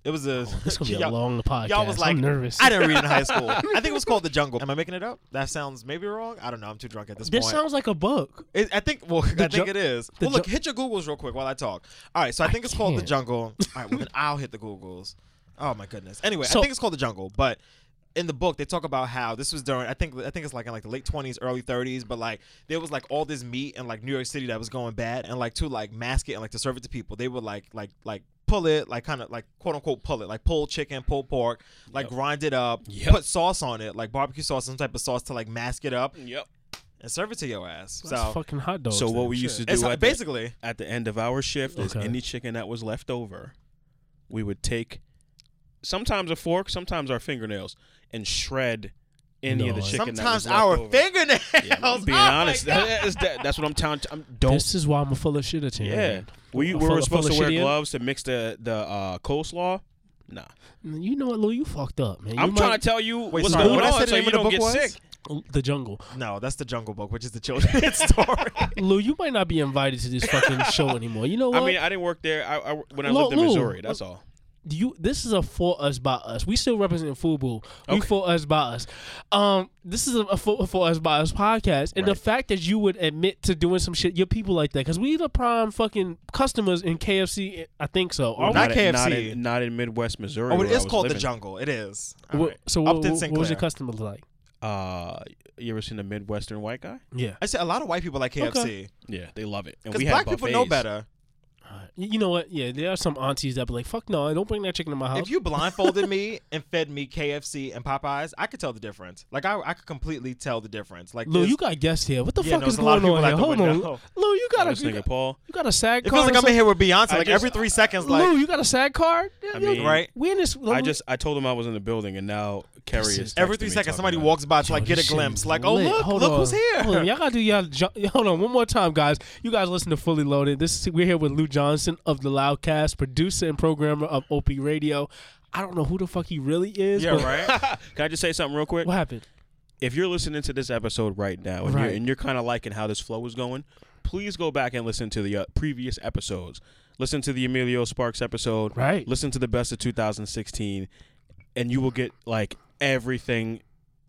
C: It was a.
A: Oh, This is gonna be a
C: y'all-
A: long podcast.
C: Y'all was like,
A: I'm nervous.
C: I didn't read it in high school. I think it was called The Jungle. Am I making it up? That sounds maybe wrong. I don't know. I'm too drunk at this,
A: This
C: point.
A: sounds like a book.
C: It, I think. Well, I think
A: ju-
C: it is.
A: the
C: Well, look,
A: ju-
C: hit your Googles real quick while I talk. All right, so I think it's called the
A: can't.
C: Jungle. All right, well then I'll hit the Googles. Oh my goodness. Anyway,
A: So-
C: I think it's called the Jungle, but. In the book, they talk about how this was during. I think I think it's like in like the late twenties, early thirties. But like there was like all this meat in like New York City that was going bad, and like to like mask it and like to serve it to people, they would like like like pull it, like kind of like quote unquote pull it, like pull chicken, pull pork, like grind it up,
B: Yep.
C: put sauce on it, like barbecue sauce, some type of sauce to like mask it up
B: that. Yep.
C: and serve it to your ass.
A: That's
C: so
A: fucking hot dogs.
B: So what
A: then.
B: we used to
A: Shit.
B: do
C: it's
B: at the-
C: basically
B: at the end of our shift is
A: Okay.
B: any chicken that was left over, we would take sometimes a fork, sometimes our fingernails, and shred any of the
A: Nice.
B: chicken.
C: sometimes
B: that was left
C: our
B: over.
C: fingernails.
B: Yeah, I'm being
C: Oh my
B: honest,
C: God.
B: That- that's, that- that's what I'm telling. I'm, don't.
A: This is why I'm a full of shit at you.
B: yeah, we
A: I'm full
B: we were
A: of- full
B: supposed to
A: of
B: wear
A: shit in.
B: gloves to mix the the uh, coleslaw. Nah,
A: You know what, Lou? You fucked up, man. You
B: I'm trying
A: might-
B: to tell you what's
C: sorry,
B: going
C: what I
B: on
C: said
B: so
C: the name
B: you
C: of the
B: don't
C: book
B: get
C: was?
B: sick.
A: the jungle.
C: No, that's the Jungle Book, which is the children's story.
A: Lou, you might not be invited to this fucking show anymore. You know what?
B: I mean, I didn't work there. I, I when I
A: Lou-
B: lived in
A: Lou,
B: Missouri. That's all. Okay.
A: for us by us. Um, this is a, a for, for us by us podcast, and the
B: Right.
A: fact that you would admit to doing some shit, your people like that, because we the prime fucking customers in KFC. I think so. Are
C: not
A: we?
B: in- not
C: KFC.
B: in, not in Midwest Missouri.
C: oh,
B: where
C: it
B: I
C: is
B: was
C: called the
B: living.
C: Jungle. It is. All
A: What-
C: right.
A: So what,
C: Upton
A: what- what was
C: Sinclair.
A: your customer like?
B: Uh, you ever seen a Midwestern white guy?
A: Yeah,
C: I said a lot of white people like KFC
B: Yeah, they love it. And
C: because
B: we
C: black
B: had
C: people know
B: buffets.
C: better.
A: Alright. you you know what? Yeah, there are some aunties that be like, "Fuck no, don't bring that chicken to my house."
C: If you blindfolded me and fed me KFC and Popeyes, I could tell the difference. Like I, I could completely tell the difference. Like
A: Lou,
C: this-
A: you got guests here. What the
C: Yeah,
A: fuck
C: no,
A: is
C: there's a lot
A: going
C: of
A: on
C: people
A: here?
C: out
A: Hold
C: the
A: on,
C: window.
A: Lou, you
B: I
A: got
B: was
A: a you
B: thinking,
A: got,
B: Paul.
A: you got a sad
C: it
A: card.
C: feels like
A: or
C: I'm in here with Beyonce.
B: I
C: like
B: just-
C: every three seconds,
A: something?
C: like
A: Lou, you got a sad card.
B: I mean,
C: right.
A: We in this.
B: I just I told him I was in the building, and now Carrie
A: This
B: is
A: is-
C: every
B: texting
C: three
B: me
C: seconds
B: talking
C: somebody
B: about it.
C: walks by to like
A: Yo,
C: get
A: this
C: a
A: shit
C: glimpse.
A: is
C: Like oh
A: lit.
C: look,
A: Hold
C: look
A: on.
C: who's here.
A: Hold on. Y'all gotta do y'all. jo- Hold on, one more time, guys. You guys listen to Fully Loaded. This is, we're here with Lou Johnson of the Loudcast, producer and programmer of OP Radio. I don't know who the fuck he really is.
C: Yeah,
A: but
C: right.
B: Can I just say something real quick?
A: What happened?
B: If you're listening to this episode right now, and
A: Right.
B: you're, and you're kind of liking how this flow is going, please go back and listen to the uh, previous episodes. Listen to the Emilio Sparks episode.
A: Right.
B: Listen to the best of 2016, and you will get like everything,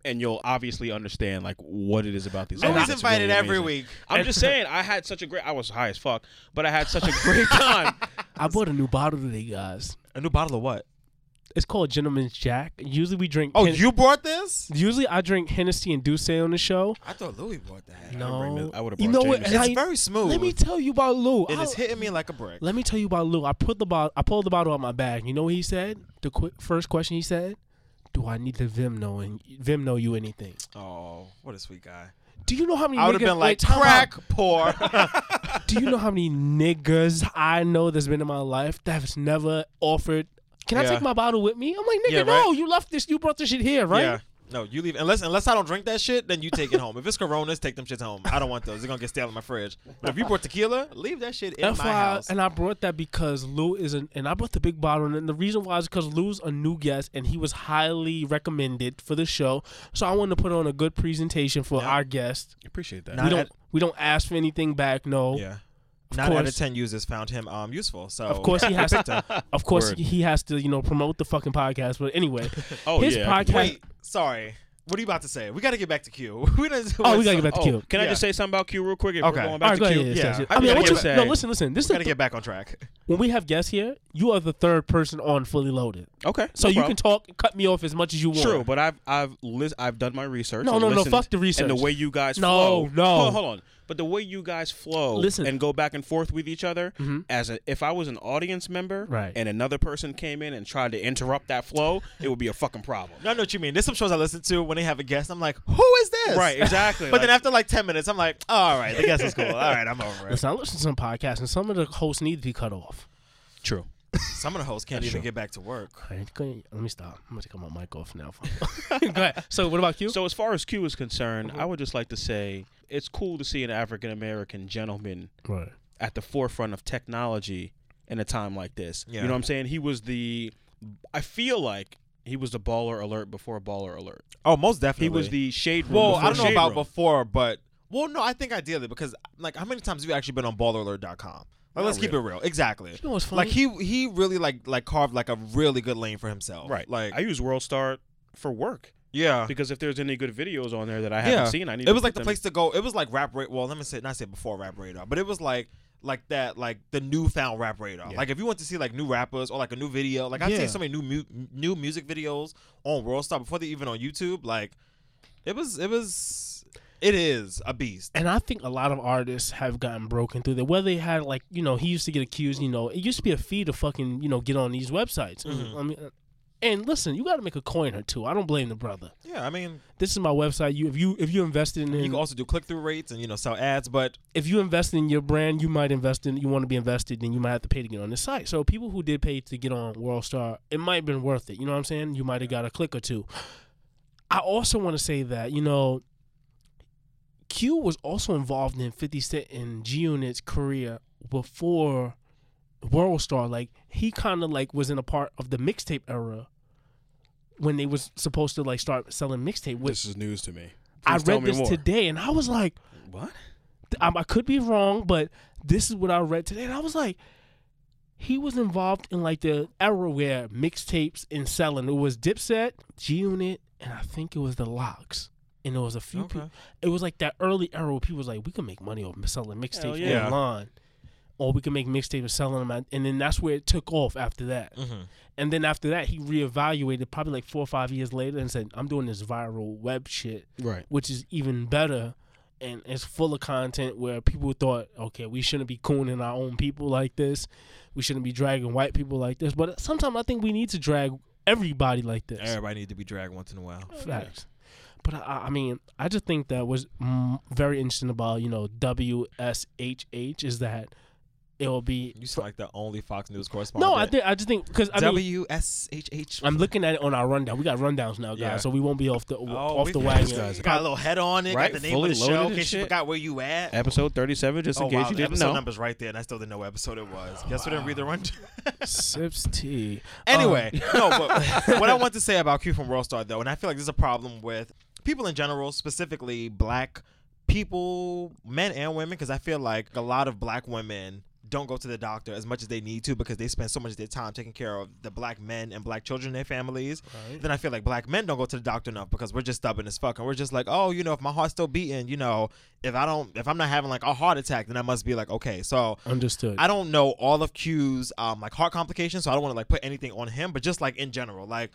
B: and you'll obviously understand like what it is about these.
C: I was
B: artists that's really
C: invited every
B: amazing.
C: week.
B: I'm just saying, I had such a great. I was high as fuck, but I had such a great time.
A: I bought a new bottle today, guys.
C: A new bottle of what?
A: It's called Gentleman's Jack. Usually we drink.
C: Oh,
A: Hen-
C: you brought this?
A: Usually I drink Hennessy and Douce on the show.
C: I thought Louis brought that.
B: bring
A: No,
B: this- I would've
A: you
B: brought
A: know what?
B: Jameson.
A: and
C: It's
A: I-
C: very smooth.
A: Let me tell you about Lou.
C: It is
A: I-
C: hitting me like a brick.
A: Let me tell you about Lou. I put the bottle. I pulled the bottle out of my bag. You know what he said? The qu- first question he said, "Do I need to Vim know and Vim know you anything?
C: Oh, what a sweet guy.
A: Do you know how many?
C: I would have
A: niggas-
C: been like
A: wait, time
C: crack
A: out.
C: poor.
A: Do you know how many niggas I know that's been in my life that has never offered? Can I
B: Yeah.
A: take my bottle with me? I'm like, nigga,
C: Yeah,
A: no.
C: right.
A: You left this. You brought this shit here, right?
C: Yeah. No, you leave unless unless I don't drink that shit, then you take it home. If it's Coronas, take them shits home. I don't want those. They're gonna get stale in my fridge. But if you brought tequila, leave that shit in my
A: FYI,
C: house.
A: And I brought that because Lou is an, and I brought the big bottle, and the reason why is because Lou's a new guest, and he was highly recommended for the show. So I wanted to put on a good presentation for our guest.
B: Appreciate that.
A: We
C: Not
A: don't
C: at-
A: we don't ask for anything back. No,
C: yeah. Nine out
A: course.
C: of ten users found him um useful. So
A: of course he has to. Of course
B: Word.
A: he has to. You know, promote the fucking podcast. But anyway,
B: Oh,
A: his
B: yeah, I
A: podcast.
B: can-
C: Wait, sorry. What are you about to say? We gotta get back to Q. we done,
A: oh, we gotta get back to
B: Oh,
A: Q.
B: can I
C: Yeah.
B: just say something about Q real quick? If
C: Okay.
B: we're going
A: All
B: back
A: right, go
B: to Q,
A: ahead. yes,
C: yeah.
A: yes, yes.
B: I
A: I mean, what
B: just
A: you,
B: gotta
A: no,
B: say-
A: listen, listen. This
C: We
A: is
C: gotta
A: the,
C: get back on track.
A: when we have guests here. You are the third person on Fully Loaded,
B: okay,
A: so
B: no
A: you
B: problem.
A: can talk, cut me off as much as you want.
B: True, but I've I've lis- I've done my research.
A: No,
B: and
A: no, no,
B: listened,
A: fuck the research.
B: And the way you guys
A: No,
B: flow.
A: no.
B: Hold, hold on. But the way you guys flow
A: Listen. Mm-hmm.
B: and go back and forth with each other as a, if I was an audience member
A: Right.
B: and another person came in and tried to interrupt that flow, it would be a fucking problem.
C: I know what you mean. There's some shows I listen to when they have a guest. I'm like, who is this?
B: Right, exactly.
C: but then after like 10 minutes, I'm like, all right, the guest is cool. All right, I'm over it.
A: Listen, I listen to some podcasts, and some of the hosts need to be cut off.
B: True.
C: Some of the hosts can't
A: That's
C: even
A: true.
C: get back to work.
A: All right, go ahead. let me stop. I'm gonna take my mic off now. go ahead. So what about Q?
B: So as far as Q is concerned,
A: Mm-hmm.
B: I would just like to say it's cool to see an African American gentleman
A: Right.
B: at the forefront of technology in a time like this.
C: Yeah.
B: You know what I'm saying? He was the I feel like he was the baller alert before baller alert.
C: Oh, most definitely.
B: He was the shade room.
C: Well,
B: before
C: I don't know
B: shade
C: about
B: room.
C: before, but well, no, I think ideally because like how many times have you actually been on balleralert.com? Like, let's keep it real. Exactly.
A: know what's
C: Like he he really like like carved like a really good lane for himself.
B: Right.
C: Like
B: I use WorldStar for work
C: yeah.
B: because if there's any good videos on there that I haven't
C: yeah.
B: seen, I need.
C: It
B: to
C: was
B: put
C: like the
B: them-
C: place to go. It was like rap radar. Well, let me say not say before rap radar, but it was like like that like the newfound rap radar. Like if you want to see like new rappers or like a new video, like I've
A: Yeah.
C: seen so many new mu- new music videos on Worldstar before they even on YouTube. Like it was it was it is a beast.
A: and I think a lot of artists have gotten broken through that. Whether they had like you know he used to get accused, you know it used to be a fee to fucking you know get on these websites.
C: Mm-hmm.
A: I mean, uh, and listen, you got to make a coin or two. I don't blame the brother.
C: Yeah, I mean
A: This is my website. You if you if you invested in
C: You can also do click through rates and you know sell ads, but
A: if you invest in your brand, you might invest in you want to be invested, then you might have to pay to get on this site. So people who did pay to get on WorldStar, it might have been worth it. You know what I'm saying? You might have got a click or two. I also want to say that you know, Q was also involved in 50 Cent and G Unit's career before WorldStar. Like he kind of like was in a part of the mixtape era when they was supposed to like start selling mixtape. Which
B: This is news to me.
A: I
B: Please tell
A: read
B: me
A: this
B: more.
A: today, and I was like
B: What?
A: um, I could be wrong, but this is what I read today, and I was like, he was involved in like the era where mixtapes and selling. It was Dipset, G Unit, and I think it was the Locks. And there was a few people. It was like that early era where people was like, we can make money off selling
B: Hell
A: mixtapes
B: yeah.
A: online, or we can make mixtapes and selling them. At, and then that's where it took off after that.
B: Mm-hmm.
A: And then after that, he reevaluated probably like four or five years later and said, I'm doing this viral web shit
B: Right.
A: which is even better and it's full of content where people thought okay we shouldn't be cooning our own people like this we shouldn't be dragging white people like this but sometimes i think we need to drag everybody like this
C: everybody needs to be dragged once in a while.
A: facts but I, I mean i just think that was mm, very interesting about you know wshh is that it will be
C: You sound like the only Fox News correspondent.
A: no i think i just think because i mean
C: W S H H.
A: i'm looking at it on our rundown we got rundowns now guys
C: Yeah. Oh,
A: so we won't be off the off
C: we-
A: the
C: we
A: wagon
C: Got a little head on it.
B: Right,
C: Got the name
B: fully
C: of the
B: loaded
C: show. In
B: and
C: case you
B: shit.
C: forgot where you at.
B: Episode 37, just
C: oh
B: in case
C: wow,
B: you
C: the
B: didn't
C: episode
B: know.
C: numbers right there, and I still didn't know what episode it was. Guess who didn't read the rundown?
A: sips tea Um,
C: Anyway, no, but what I want to say about Q from Worldstar though, and I feel like there's a problem with people in general, specifically black people, men and women, because I feel like a lot of black women don't go to the doctor as much as they need to because they spend so much of their time taking care of the black men and black children in their families. Then I feel like black men don't go to the doctor enough because we're just stubborn as fuck and we're just like, oh, you know, if my heart's still beating, you know, if I don't, if I'm not having like a heart attack, then I must be like, okay, so
A: Um, understood
C: I don't know all of Q's um, like heart complications, so I don't want to like put anything on him. But just like in general, like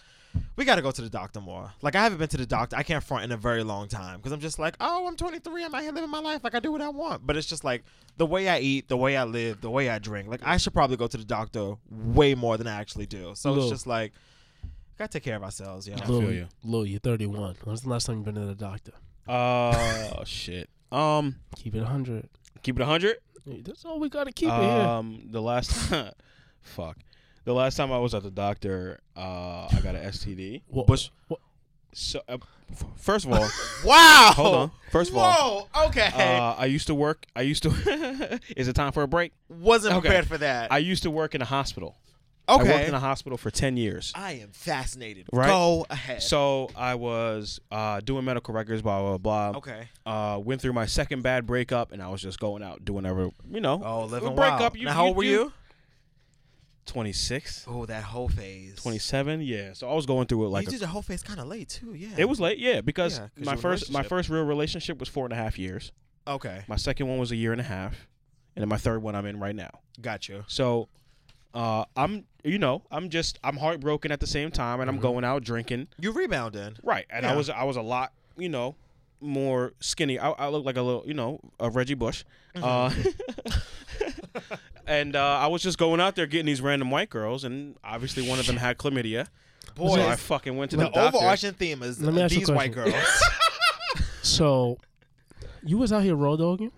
C: we got to go to the doctor more. Like I haven't been to the doctor. I can't front in a very long time because I'm just like, oh, I'm 23. I'm out here living my life. Like I do what I want. But it's just like the way I eat, the way I live, the way I drink. Like I should probably go to the doctor way more than I actually do. So
A: Look.
C: it's just like gotta take care of ourselves, yo.
A: Lou,
B: feel you.
A: Lou, you're 31. When's the last time you've been to the doctor?
B: Uh, shit. Um,
A: Keep it 100.
B: keep it 100.
A: Hey, That's all we gotta keep it here.
B: um, the last, fuck, the last time I was at the doctor, uh, I got an STD.
A: What,
B: Bush.
A: what-
B: So, uh, f- first of all,
C: Wow.
B: hold on. First of all,
C: Oh. Whoa. Okay.
B: uh, I used to work. I used to. is it time for a break?
C: Wasn't
B: okay.
C: prepared for that.
B: I used to work in a hospital. I worked
C: okay.
B: in a hospital for ten years.
C: I am fascinated.
B: Right?
C: Go ahead.
B: So I was uh, doing medical records, blah blah blah.
C: okay.
B: Uh, went through my second bad breakup, and I was just going out doing whatever, you know.
C: Oh, living
B: break
C: wild.
B: up. You,
C: now, how old were you?
B: Twenty six.
C: Oh, that whole phase.
B: 27 yeah so i was going through it like
C: you
B: a-
C: did the whole phase kind of late too. Yeah.
B: it was late yeah because
C: Yeah,
B: my
C: 'cause you were in a
B: first my
C: relationship.
B: first real relationship was four and a half years
C: okay.
B: my second one was a year and a half and then my third one i'm in right now
C: Got you.
B: so uh i'm you know i'm just i'm heartbroken at the same time and i'm
C: Mm-hmm.
B: going out drinking
C: You rebounding.
B: right and i
C: Yeah.
B: was i was a lot you know more skinny i, I looked like a little you know a reggie bush
A: Mm-hmm.
B: uh And uh, I was just going out there getting these random white girls, and obviously one of them had chlamydia.
C: Boy,
B: so I fucking went to
C: the
B: the doctor.
C: overarching theme is
A: Let me ask you a
C: these white
A: question.
C: girls.
A: So, you was out here raw dogging?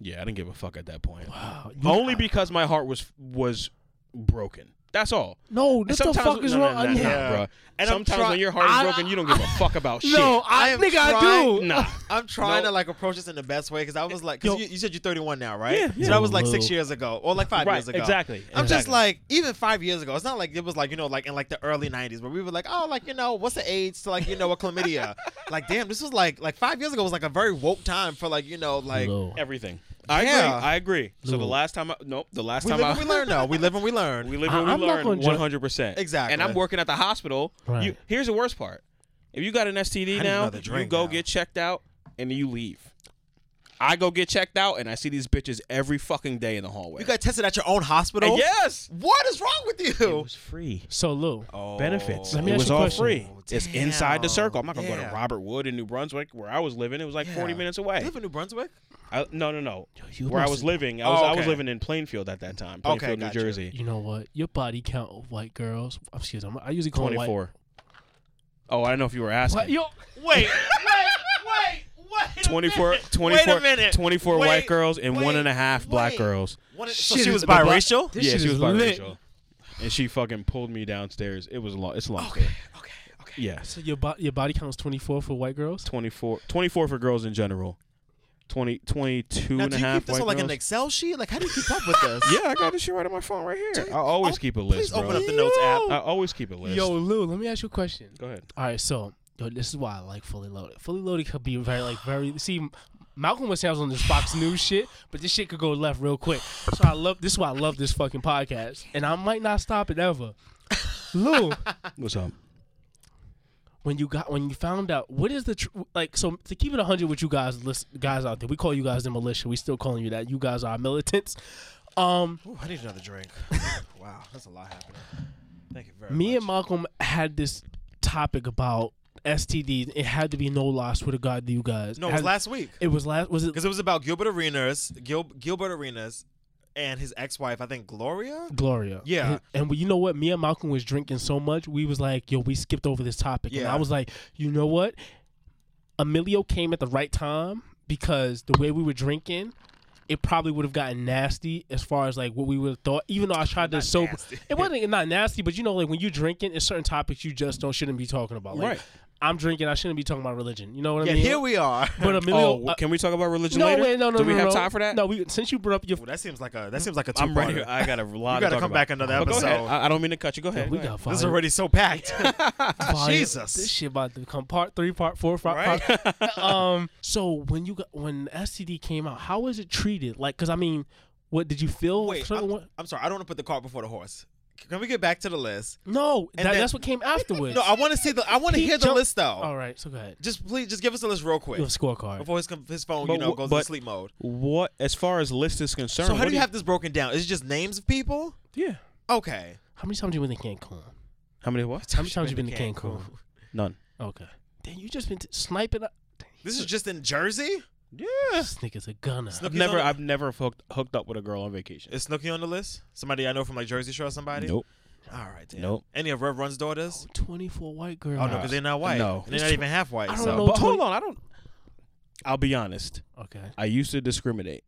B: Yeah, I didn't give a fuck at that point.
A: Wow. You,
B: Only because my heart was was broken. That's all.
A: No,
B: And
A: what the
B: sometimes-
A: fuck is
B: no, no,
A: wrong-
B: no, no, no,
A: Yeah.
B: bruh. And
A: I'm
B: sometimes
A: try-
B: when your heart is
A: I-
B: broken, you don't give a fuck about shit.
A: No, I,
C: am
A: nigga, I
C: trying-
A: do.
B: nah.
C: I'm trying
B: No.
C: to like approach this in the best way because I was like, because
A: Yo.
C: you, you said you're 31 now, right?
B: Yeah, yeah.
C: So that was like
A: Lou.
C: six years ago, or like five
B: Right,
C: years ago.
B: exactly,
C: I'm just
B: exactly.
C: like, even five years ago, it's not like it was like you know, like in like the early 90s where we were like, oh, like you know, what's the age to like you know a chlamydia? like, damn, this was like like five years ago was like a very woke time for like you know like
A: Lou.
B: Everything. I
C: Yeah.
B: agree. I agree. So
A: Lou.
B: the last time, I, nope, the last
C: we
B: time
C: live and
B: I
C: we learn. No, we live and we learn.
B: We live
A: I-
B: where we
A: I'm not
B: learn.
A: gonna ju-
B: One hundred percent.
C: Exactly.
B: And I'm working at the hospital.
A: Right.
B: You, here's the worst part: if you got an STD
C: need
B: now,
C: another
B: you
C: drink
B: go
C: now.
B: get checked out and you leave. I go get checked out and I see these bitches every fucking day in the hallway.
C: You got tested at your own hospital.
B: And yes,
C: What is wrong with
B: it
C: you?
B: was free
A: So Lou,
B: Oh. benefits.
A: Let me
B: it
A: ask
B: was
A: you a
B: all
A: question.
B: free. It's
C: Oh. Damn.
B: inside the circle. I'm not gonna go
C: Yeah.
B: to Robert Wood in New Brunswick where I was living. It was like 40
C: Yeah.
B: minutes
C: You
B: away.
C: live in New Brunswick?
B: I, no, no, no.
A: you
B: Where I
A: must-
B: was living, I was
C: Oh,
B: I was
C: okay.
B: living in Plainfield at that time,
C: Okay,
B: Plainfield, New
C: gotcha.
B: Jersey.
A: you know what? Your body count of white girls. oh, Excuse me. I usually call 'em
B: 24. Oh, I don't know if you were asking.
A: White. What? Yo, wait.
B: 24, 24, 24 white girls and one and a half black girls.
C: What is-
A: Shit
C: so
A: is
C: she was
A: the black-
C: biracial?
A: This
B: yeah,
A: shit
B: she
A: is
B: was
A: lit.
B: biracial. And she fucking pulled me downstairs. It was a long. It's a long story.
C: Okay, okay.
B: Yes.
A: So your bo- your body count is 24 for white girls.
B: 24, 24 for girls in general. 20, 22
C: Now,
B: and
C: do
B: a
C: you
B: half
C: keep this
B: white
C: on like
B: girls.
C: an Excel sheet? Like, how do you keep up with this?
B: yeah, I got this shit right on my phone right here. I always keep a list,
C: oh, Please open
B: bro.
C: up the notes app.
B: I always keep a list.
A: Yo, Lou, let me ask you a question.
B: Go ahead.
A: All right, so yo, this is why I like fully loaded. Fully loaded could be very like very. See, Malcolm was sounds on this Fox News shit, but this shit could go left real quick. So I love this. Is why I love this fucking podcast, and I might not stop it ever. Lou,
B: What's up?
A: when you got when you found out what is the tr- like so to keep it 100 with you guys list, guys out there we call you guys the militia we still calling you that you guys are militants um
C: Ooh, I need another drink. wow, that's a lot happening. Thank you very
A: me
C: much.
A: and malcolm had this topic about stds it had to be no loss with a god to you guys
C: No, it was
A: Had-
C: last week.
A: it was last was it
C: Because it was about Gilbert Arenas, Gil- Gilbert Arenas, and his ex-wife, I think Gloria.
A: Gloria.
C: Yeah.
A: And, and we- you know what? Me and Malcolm was drinking so much, we was like, yo, we skipped over this topic. And
C: Yeah.
A: I was like, you know what? Emilio came at the right time because the way we were drinking, it probably would have gotten nasty as far as like what we would have thought. Even though I tried to sober,
C: nasty.
A: it wasn't not nasty, but you know, like when you're drinking, it's certain topics you just don't shouldn't be talking about. Like,
B: Right.
A: I'm drinking, I shouldn't be talking about religion. You know what
C: Yeah,
A: I mean?
C: here we are.
A: But Emilio,
B: Oh,
A: uh,
B: can we talk about religion
A: no,
B: later?
A: wait, no, no,
B: Do we
A: no,
B: have
A: no.
B: time for that?
A: No, we since you brought up your
C: Ooh, that seems like a that seems like a two
B: I'm right here.
C: parter.
B: I got a lot.
C: You gotta
B: to talk
C: come
B: about.
C: back another
B: But Go ahead.
C: episode.
B: I, I don't mean to cut you. Go ahead.
A: we
B: go ahead.
A: got
C: This is
A: volume-
C: already so packed.
A: Fire.
C: Jesus.
A: this shit about to come part three, part four, part five. um, so when you got when STD came out, how was it treated? Like, cause I mean, what did you feel?
C: Wait,
A: certain
C: I'm,
A: one-
C: I'm sorry. I don't want to put the cart before the horse. Can we get back to the list?
A: no, that,
C: then-
A: that's what came afterwards.
C: No, I want to see the. I want to
A: He
C: hear the
A: jumped-
C: list though.
A: All right, so go ahead.
C: Just please, just give us the list real quick
A: Your scorecard.
C: before his, com- his phone,
B: But
C: you know,
B: wh-
C: goes
B: but-
C: to sleep mode.
B: What, as far as list is concerned,
C: So how
B: what
C: do you have this broken down? Is it just names of people?
B: Yeah.
C: Okay.
A: How many times you been to Cancun?
B: How many what?
A: How many times you been to Cancun?
B: None.
A: Okay. Then you just been t- sniping. Up.
C: This is just in Jersey.
B: Yeah.
A: This nigga's a gunner.
C: Snip-
B: I've
C: He's
B: never,
C: on-
B: I've never hooked hooked up with a girl on vacation.
C: Is Snooki on the list? Somebody I know from like Jersey Shore. or Somebody.
B: Nope.
C: All right. Damn.
B: Nope.
C: Any of Rev Run's daughters?
A: Twenty-four white girls.
C: Oh no, because they're not white.
B: No.
C: And they're not even half white.
A: I don't
C: so.
A: know.
B: But hold
A: twen-
B: on, I don't. I'll be honest.
A: Okay.
B: I used to discriminate.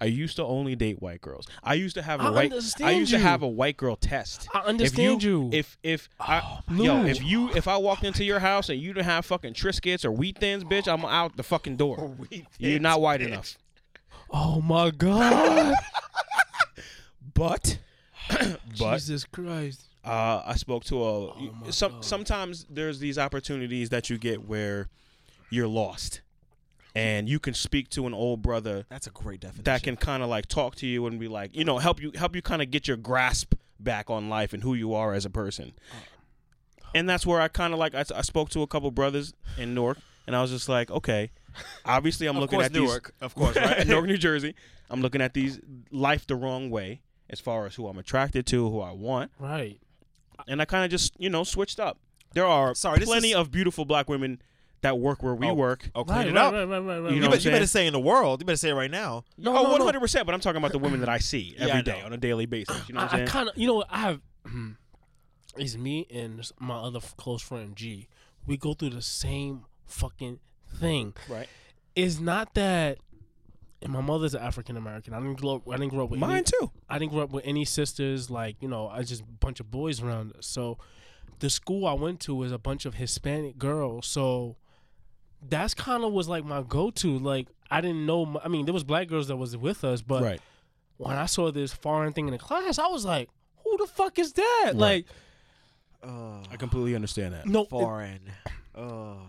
B: I used to only date white girls. I used to have a
A: I
B: white. I
A: understand
B: used
A: you.
B: to have a white girl test.
A: I understand
B: if
A: you.
B: If if I,
A: my
B: yo,
A: God.
B: if you if I walked into your house and you didn't have fucking Triscuits or Wheat Thins, bitch, I'm out the fucking door. You're not white enough.
A: Oh my god.
B: But but
A: Jesus Christ.
B: uh, I spoke to a.
C: Oh
A: my
B: some
A: God.
B: sometimes there's these opportunities that you get where you're lost, and you can speak to an old brother
C: That's a great definition.
B: that can kind of like talk to you and be like, you know, help you help you kind of get your grasp back on life and who you are as a person.
C: Uh.
B: And that's where I kind of like I, I spoke to a couple brothers in Newark, and I was just like, okay, obviously I'm
C: Of
B: looking
C: course,
B: at
C: Newark.
B: these,
C: Of course, right?
B: Newark, New Jersey. I'm looking at these life the wrong way as far as who I'm attracted to, who I want,
A: Right.
B: and I kind of just you know switched up. There are
C: Sorry, this
B: plenty
C: is-
B: of beautiful black women that work where we
C: Oh,
B: work.
C: Oh, clean
A: Right,
C: it
A: right,
C: up.
A: right, right, right, right,
B: You
C: You,
B: know what I'm
C: bet- you better
B: saying?
C: say in the world. You better say it right now.
A: No,
B: oh,
A: no, no.
B: 100%, but I'm talking about the women that I see every
C: I
B: day
C: know.
B: on a daily basis. You know what I'm
A: I,
B: saying?
A: kind of, you know, what, I have. It's me and s- my other f- close friend G. We go through the same fucking thing.
B: Right.
A: It's not that. and my mother's African American. I didn't grow up. I didn't grow up with
B: Mine
A: any,
B: too.
A: I didn't grow up with any sisters. Like you know, I was just a bunch of boys around. us. So the school I went to was a bunch of Hispanic girls. So that's kind of was like my go-to. Like I didn't know. My, I mean, there was black girls that was with us, but
B: Right.
A: when I saw this foreign thing in the class, I was like, "Who the fuck is that?" Like
C: Oh.
B: I completely understand that.
A: no it-
C: Foreign. Oh.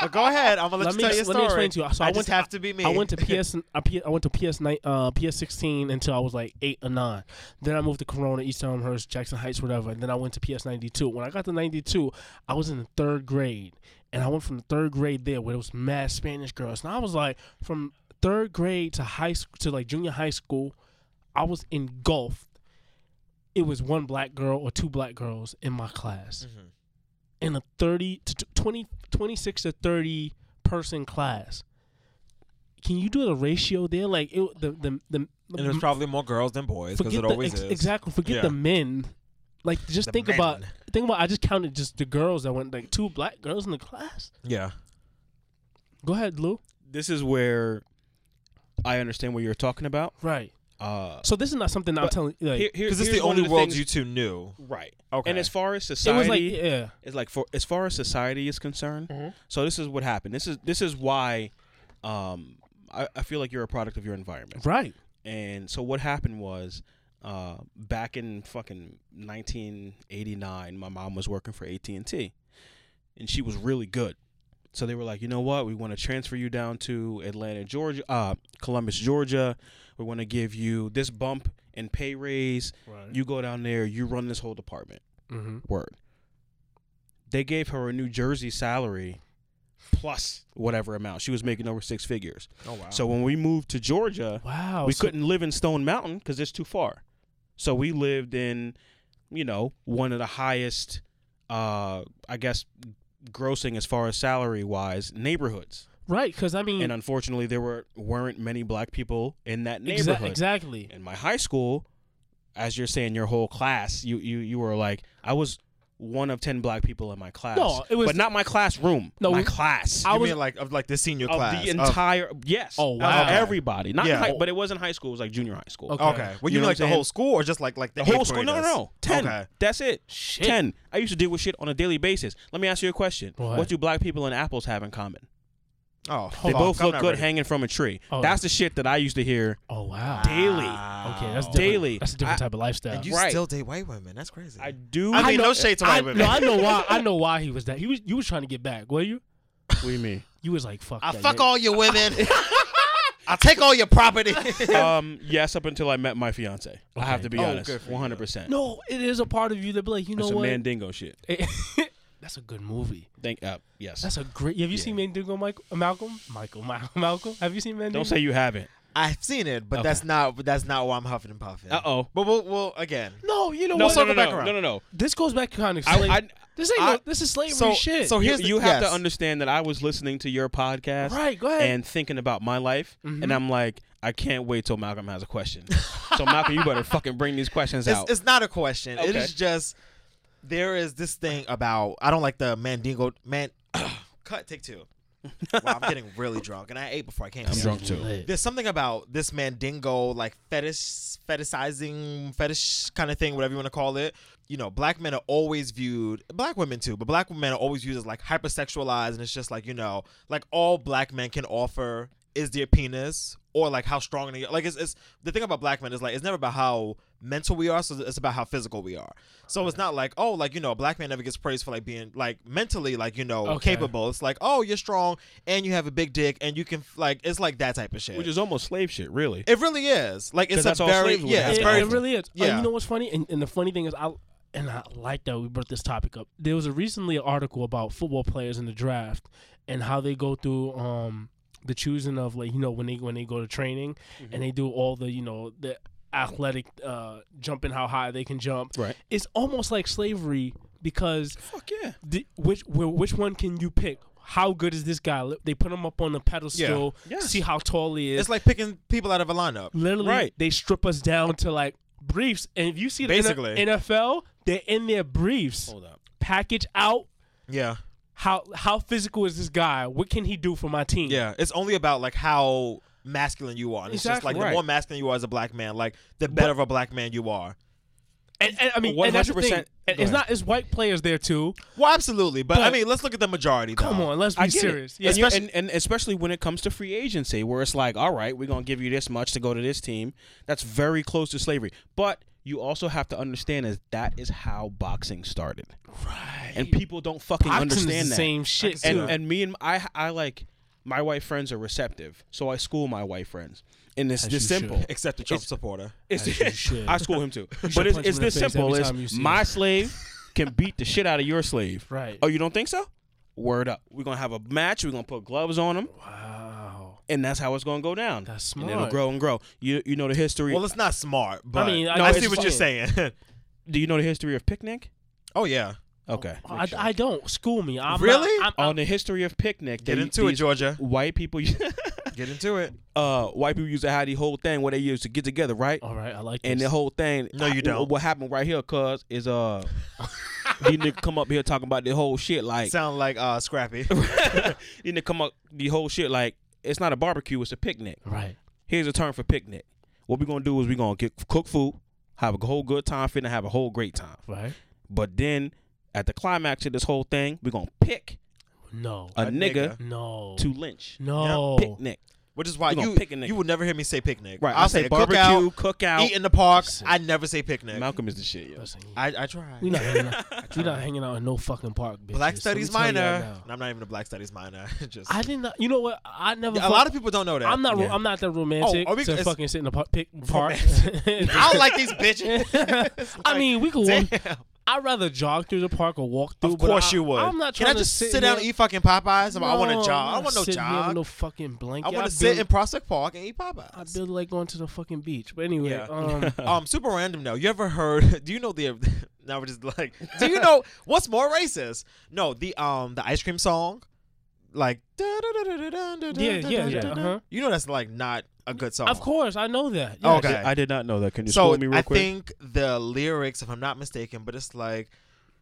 C: but go ahead. I'm gonna let, you tell
A: ex-
C: your story.
A: Let me explain to you. So I,
C: I,
A: went
C: just
A: to,
C: have to be me.
A: I went to PS. I, P, I went to PS ni- uh, PS sixteen until I was like eight or nine. Then I moved to Corona, East Elmhurst, Jackson Heights, whatever. And then I went to PS ninety two. When I got to ninety two, I was in the third grade, and I went from the third grade there where it was mad Spanish girls, and I was like from third grade to high school to like junior high school, I was engulfed. It was one black girl or two black girls in my class
C: Mm-hmm.
A: in a 30 to t- 20 26 to 30 person class can you do the ratio there like it, the the the
C: and there's probably more girls than boys because it
A: the,
C: always
A: ex-
C: is.
A: exactly forget
C: Yeah.
A: the men like just
C: The
A: think about
C: men.
A: think about i just counted just the girls that went like two black girls in the class
C: Yeah.
A: go ahead lou
B: This is where I understand what you're talking about.
A: right
B: Uh,
A: so this is not something i'm
B: But
A: telling you like
B: here- here-
C: Because it's
B: here's
C: the
B: one
C: only
B: of
C: world
B: things-
C: you two knew.
B: Right.
C: Okay.
B: And as far as
A: it
B: society,
A: was like yeah
B: it's like for as far as society is concerned.
A: Mm-hmm.
B: So this is what happened. This is this is why, um, I, I feel like you're a product of your environment.
A: right
B: And so what happened was, uh, back in fucking 1989, my mom was working for AT and T, and she was really good. So they were like, you know what? We want to transfer you down to Atlanta, Georgia, uh, Columbus, Georgia. We want to give you this bump and pay raise.
A: right
B: You go down there, you run this whole department.
A: mm-hmm.
B: Word. They gave her a New Jersey salary plus whatever amount. She was making over six figures.
C: Oh wow.
B: So when we moved to Georgia,
A: wow
B: we
A: so-
B: couldn't live in Stone Mountain because it's too far. So we lived in, you know, one of the highest, uh, I guess, grossing as far as salary wise neighborhoods.
A: right because i mean
B: And unfortunately, there were weren't many black people in that
A: exa-
B: neighborhood.
A: exactly
B: In my high school, as you're saying, your whole class, you you you were like, I was one of ten black people in my class.
A: No, it was-
B: but not my classroom.
A: No,
B: my
A: we-
B: class.
A: I
C: I
A: was-
C: mean, like of like the senior
B: of
C: class. oh.
B: the entire yes.
A: Oh,
B: of
A: wow.
B: everybody. Not
C: Yeah.
B: high, but it wasn't high school. It was like junior high school.
A: Okay.
C: Okay. Well,
B: You know
C: you, mean
B: what
C: like the
B: I'm saying?
C: whole school or just like like the
B: The whole
C: eighth
B: school. No, no,
C: graders?
B: no. Ten.
C: Okay.
B: That's it. Ten. I used to deal with shit on a daily basis. Let me ask you a question.
A: What?
B: do black people and apples have in common?
C: Oh,
B: They
C: fuck,
B: both
C: I'm
B: look
C: not
B: good
C: ready.
B: hanging from a tree.
A: Oh.
B: That's the shit that I used to hear
A: oh wow
B: daily.
C: Ah.
A: okay that's different.
B: Daily.
A: that's a different
B: I-
A: type of lifestyle
C: And you
B: Right.
C: still date white women? That's crazy.
B: I do.
C: I mean,
A: know-
C: no shade to white
A: I,
C: women.
A: No, I know why. I know why he was that. He was. You was trying to get back, were you?
B: what do you mean?
A: You was like, fuck.
J: I
A: that,
J: fuck
A: nigga.
J: all your women. I'll take all your property.
B: um, yes, up until I met my fiance. I have
A: Okay.
B: to be
A: Oh,
B: honest, one hundred percent.
A: No, it is a part of you that be like, you know
B: it's a
A: what?
B: Mandingo shit.
A: That's a good movie.
B: Thank. Uh, yes.
A: That's a great. Have you seen Mandingo, Michael? Malcolm? Michael? Ma- Malcolm? Have you seen Mandingo?
B: Don't say you haven't.
C: I've seen it, but
B: Okay.
C: that's not that's not why I'm huffing and puffing.
B: Uh oh.
C: But we'll, we'll again.
A: No, you know
B: No,
A: what?
B: no, no,
C: back
B: no,
C: around.
B: no, no, no.
A: This goes back to kind of
B: I-
A: slave.
B: I-
A: this ain't.
B: I-
A: no, this is slavery
C: So-
A: shit.
C: so-
B: you,
C: here's the-
B: you have
C: yes.
B: to understand that I was listening to your podcast,
A: Right, go ahead.
B: and thinking about my life, and I'm like, I can't wait till Malcolm has a question. so Malcolm, you better fucking bring these questions
C: It's,
B: out.
C: it's not a question. It
B: Okay.
C: is just there is this thing about I don't like the Mandingo man. cut take two. wow, I'm getting really drunk, and I ate before I came.
B: I'm
C: here.
B: drunk too.
A: Lit.
C: There's something about this Mandingo like fetish, fetishizing, fetish kind of thing, whatever you want to call it. You know, black men are always viewed, black women too, but black women are always viewed as like hypersexualized, and it's just like you know, like all black men can offer is their penis or like how strong they are. Like it's, it's the thing about black men is like it's never about how mental we are, so it's about how physical we are. So it's not like oh, like you know, a black man never gets praised for like being like mentally like you know
A: Okay.
C: capable. It's like oh, you're strong and you have a big dick and you can like it's like that type of shit.
B: Which is almost slave shit, really.
C: It really is. Like
B: 'Cause
C: it's a
B: that's all
C: very
B: slaves would
C: yeah,
B: have.
C: it's
A: it,
C: very
A: it really is. Yeah.
C: yeah.
A: you know what's funny? And, and the funny thing is, I and I like that we brought this topic up. There was a recently an article about football players in the draft and how they go through um, the choosing of like you know when they when they go to training and they do all the you know the athletic uh, jumping how high they can jump.
B: Right.
A: It's almost like slavery because
B: Fuck yeah.
A: the, which wh- which one can you pick? How good is this guy? They put him up on the pedestal,
B: Yes.
A: see how tall he is
C: It's like picking people out of a lineup.
A: literally
B: Right.
A: they strip us down to like briefs and if you see the N-
C: Basically.
A: NFL they're in their briefs
B: Hold up. Mm.
A: package out
C: Yeah.
A: how how physical is this guy what can he do for my team
C: Yeah. It's only about like how masculine you are. And It's just
A: Exactly.
C: like the
A: Right.
C: more masculine you are as a black man, like the better of a black man you are.
A: And, and I mean, and that's the thing. And
C: 100% go
A: it's
C: ahead.
A: not. It's white players there too.
C: Well, absolutely, but, I
A: But-
C: mean, let's look at the majority. Though.
A: Come on, let's be
B: I get
A: serious.
B: It. And, you- and, and especially when it comes to free agency, where it's like, all right, we're gonna give you this much to go to this team. That's very close to slavery. But you also have to understand is that is how boxing started. Right. And people don't fucking
A: Boxing is
B: understand
A: the
B: that.
A: same shit, I can see
B: And
A: that.
B: and me and I I like my white friends are receptive, so I school my white friends. And it's
C: As
B: this
C: you should.
B: simple.
C: Except the Trump supporter. As you
B: It's,
C: should.
B: I school him too.
C: You should
B: But it's,
C: punch
B: it's
C: him in the
B: this
C: face every
B: simple. It's
C: time you see
B: my
C: him.
B: slave can beat the shit out of your slave.
A: Right.
B: Oh, you don't think so? Word up. We're gonna have a match. We're gonna put gloves on him.
A: Wow.
B: And that's how it's gonna go down. That's And it'll
C: smart.
B: grow and grow. You you know the history.
C: Well, it's not smart, but
B: mean, I-
C: no,
B: I
C: I
B: see
C: see
B: what
C: what you're saying.
B: Do you know the history of picnic?
C: Oh yeah.
B: Okay.
C: Oh,
A: I, I don't school me. I'm
B: Really?
A: Not, I'm,
B: On the history of picnic,
C: Get
B: they-
C: into it,
B: these
C: Georgia.
B: White people.
C: Get into it.
B: Uh, white people used to have the whole thing where they used to get together, right?
A: All right, I like.
B: And the
A: this.
B: whole thing.
C: Oh, No, you
B: I-
C: don't.
B: What happened right here, cuz, is uh, you need to come up here talking about the whole shit like.
C: Sound like uh, Scrappy.
B: you need to come up the whole shit like it's not a barbecue, it's a picnic.
A: Right.
B: Here's a term for picnic. What we're gonna do is we're gonna get cook food, have a whole good time, finna have a whole great time.
A: Right.
B: But then at the climax of this whole thing, we're gonna pick
A: no
B: a, nigga,
A: No.
B: to lynch.
A: No.
B: Yep. Picnic.
C: Which is why
B: We're gonna
C: you
B: pick a nigga.
C: you would never hear me say picnic.
B: Right, I
C: I'll
B: say
C: say,
B: barbecue,
C: cookout,
B: cookout.
C: eat in the park. I never say picnic.
B: Malcolm is the shit, yo.
C: I, I try.
A: We not hanging out, we not hanging out in no fucking park, bitch.
C: Black studies minor. And I'm not even a black studies minor. Just
A: I did not. You know what? I never.
C: Yeah, a
A: fuck-
C: lot of people don't know that.
A: I'm not. ro-
C: Yeah.
A: I'm not that romantic.
C: Oh, are we-
A: to
C: it's-
A: fucking sit in the par- pic- park.
C: I don't like these bitches.
A: I mean, we could. Walk, I'd rather jog through the park or walk through.
C: Of
A: but
C: course
A: I-
C: you would.
A: I'm not
C: Can
A: trying
C: I
A: to
C: just sit,
A: here-
C: down and eat fucking Popeyes? I'm- I want
A: No,
C: to
A: I'm
C: jog. I
A: not
C: want no
A: sitting here with
C: jog.
A: No fucking blanket.
C: I want
A: I'd
C: to sit
A: be-
C: in Prospect Park and eat Popeyes.
A: I would like going to the fucking beach. But anyway, um,
C: um, super random though. You ever heard? Do you know the? Now we're just like, do you know what's more racist? No, the um the ice cream song, like
A: Yeah, yeah, yeah, uh-huh.
C: You know that's like not a good song.
A: of course I know that. Yes.
C: Oh, Okay,
B: I did not know that. Can you
C: so
B: school me real
C: I
B: quick?
C: think the lyrics, if I'm not mistaken, but it's like,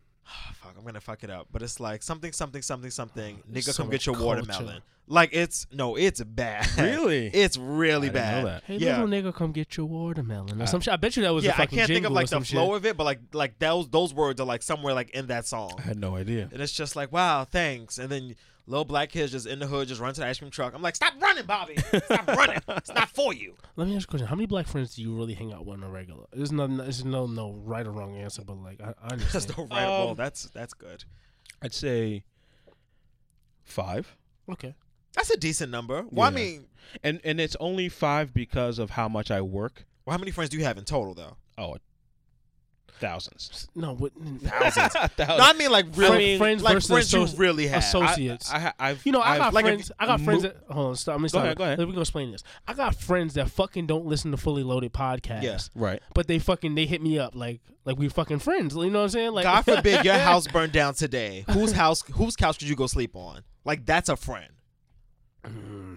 C: fuck, I'm gonna fuck it up. But it's like something, something, something, something. Nigga,
A: so
C: come get your
A: culture.
C: watermelon. Like it's no, it's bad.
B: Really?
C: it's really
B: I didn't know
C: bad.
B: that.
A: Hey,
C: yeah. Uh,
A: little nigga, come get your watermelon or some shit. I bet you that was
C: yeah,
A: a
C: I
A: fucking
C: can't think
A: jingle
C: of
A: or
C: like the
A: some shit.
C: flow of it, but like like those those words are like somewhere like in that song,
B: I had no idea.
C: and it's just like wow, thanks. And then little black kids just in the hood just run to the ice cream truck. I'm like, stop running, Bobby, stop running. It's not for you.
A: Let me ask you a question. How many black friends do you really hang out with on a regular? There's no, there's no, no right or wrong answer, but like I, I understand.
C: That's no right. well,
B: Um,
C: that's that's good.
B: I'd say five.
A: okay.
C: That's a decent number. Well, I
B: Yeah.
C: mean,
B: And and it's only five because of how much I work.
C: well, how many friends do you have in total though?
B: Oh, thousands.
A: No, what,
C: Thousands.
B: Thousands.
C: no, I mean like
A: Oh, Fri-
C: really
A: friends
C: like
A: versus
C: friends you
A: associ-
C: really have.
A: associates.
B: I, I, have
A: you know, I got
C: like, if
A: friends.
C: you-
A: I got friends.
B: Mo-
A: That, hold on, stop. Let me stop.
B: ahead, go ahead.
A: Let me go explain this. I got friends that fucking don't listen to Fully Loaded podcast.
C: Yeah.
B: Right.
A: But they fucking they hit me up like like we fucking friends. You know what I'm saying? Like
C: God forbid your house burned down today. Whose house? Whose couch could you go sleep on? Like that's a friend.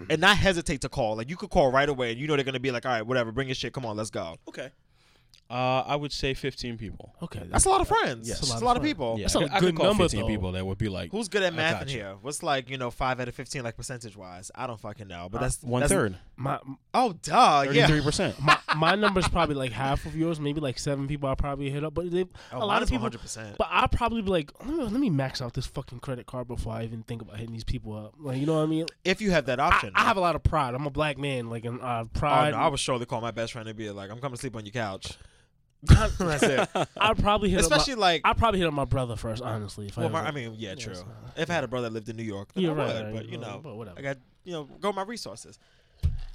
C: And not hesitate to call. Like you could call right away, and you know they're gonna be like, "All right, whatever, bring your shit. Come on, let's go."
B: Okay. Uh, I would say 15 people.
A: Okay,
C: That's a lot of friends.
B: Yes.
C: That's a lot of people.
A: That's
B: I
A: a
B: could- I
A: good
B: could call
A: number,
B: 15
A: though.
B: people that would be like
C: Who's good at
B: I
C: math in
B: got you.
C: here? What's like you know five out of fifteen, like percentage wise? I don't fucking know, but that's
B: One
C: that's-
B: third,
A: my
C: Oh, duh, yeah.
B: 33 percent.
A: my my number's probably like half of yours, maybe like seven people I probably hit up, but they,
C: Oh,
A: a lot of
C: mine's
A: people.
C: 100%.
A: But I'll probably be like, let me, let me max out this fucking credit card before I even think about hitting these people up. Like, you know what I mean?
C: If you have that
A: I,
C: option,
A: I have a lot of pride. I'm a black man, like, and uh,
C: Oh,
A: pride.
C: no, I would surely call my best friend and be like, "I'm coming to sleep on your couch." that's it.
A: I'd probably hit
C: Especially
A: up my,
C: like
A: I'd probably hit up my brother first, honestly. If
C: Well,
A: I,
C: my,
A: ever,
C: I mean, yeah, true. If I had a brother that lived in New York, then
A: Yeah,
C: I
A: right,
C: would,
A: right,
C: but you
A: right,
C: know,
A: but whatever.
C: I got you know, go with my resources.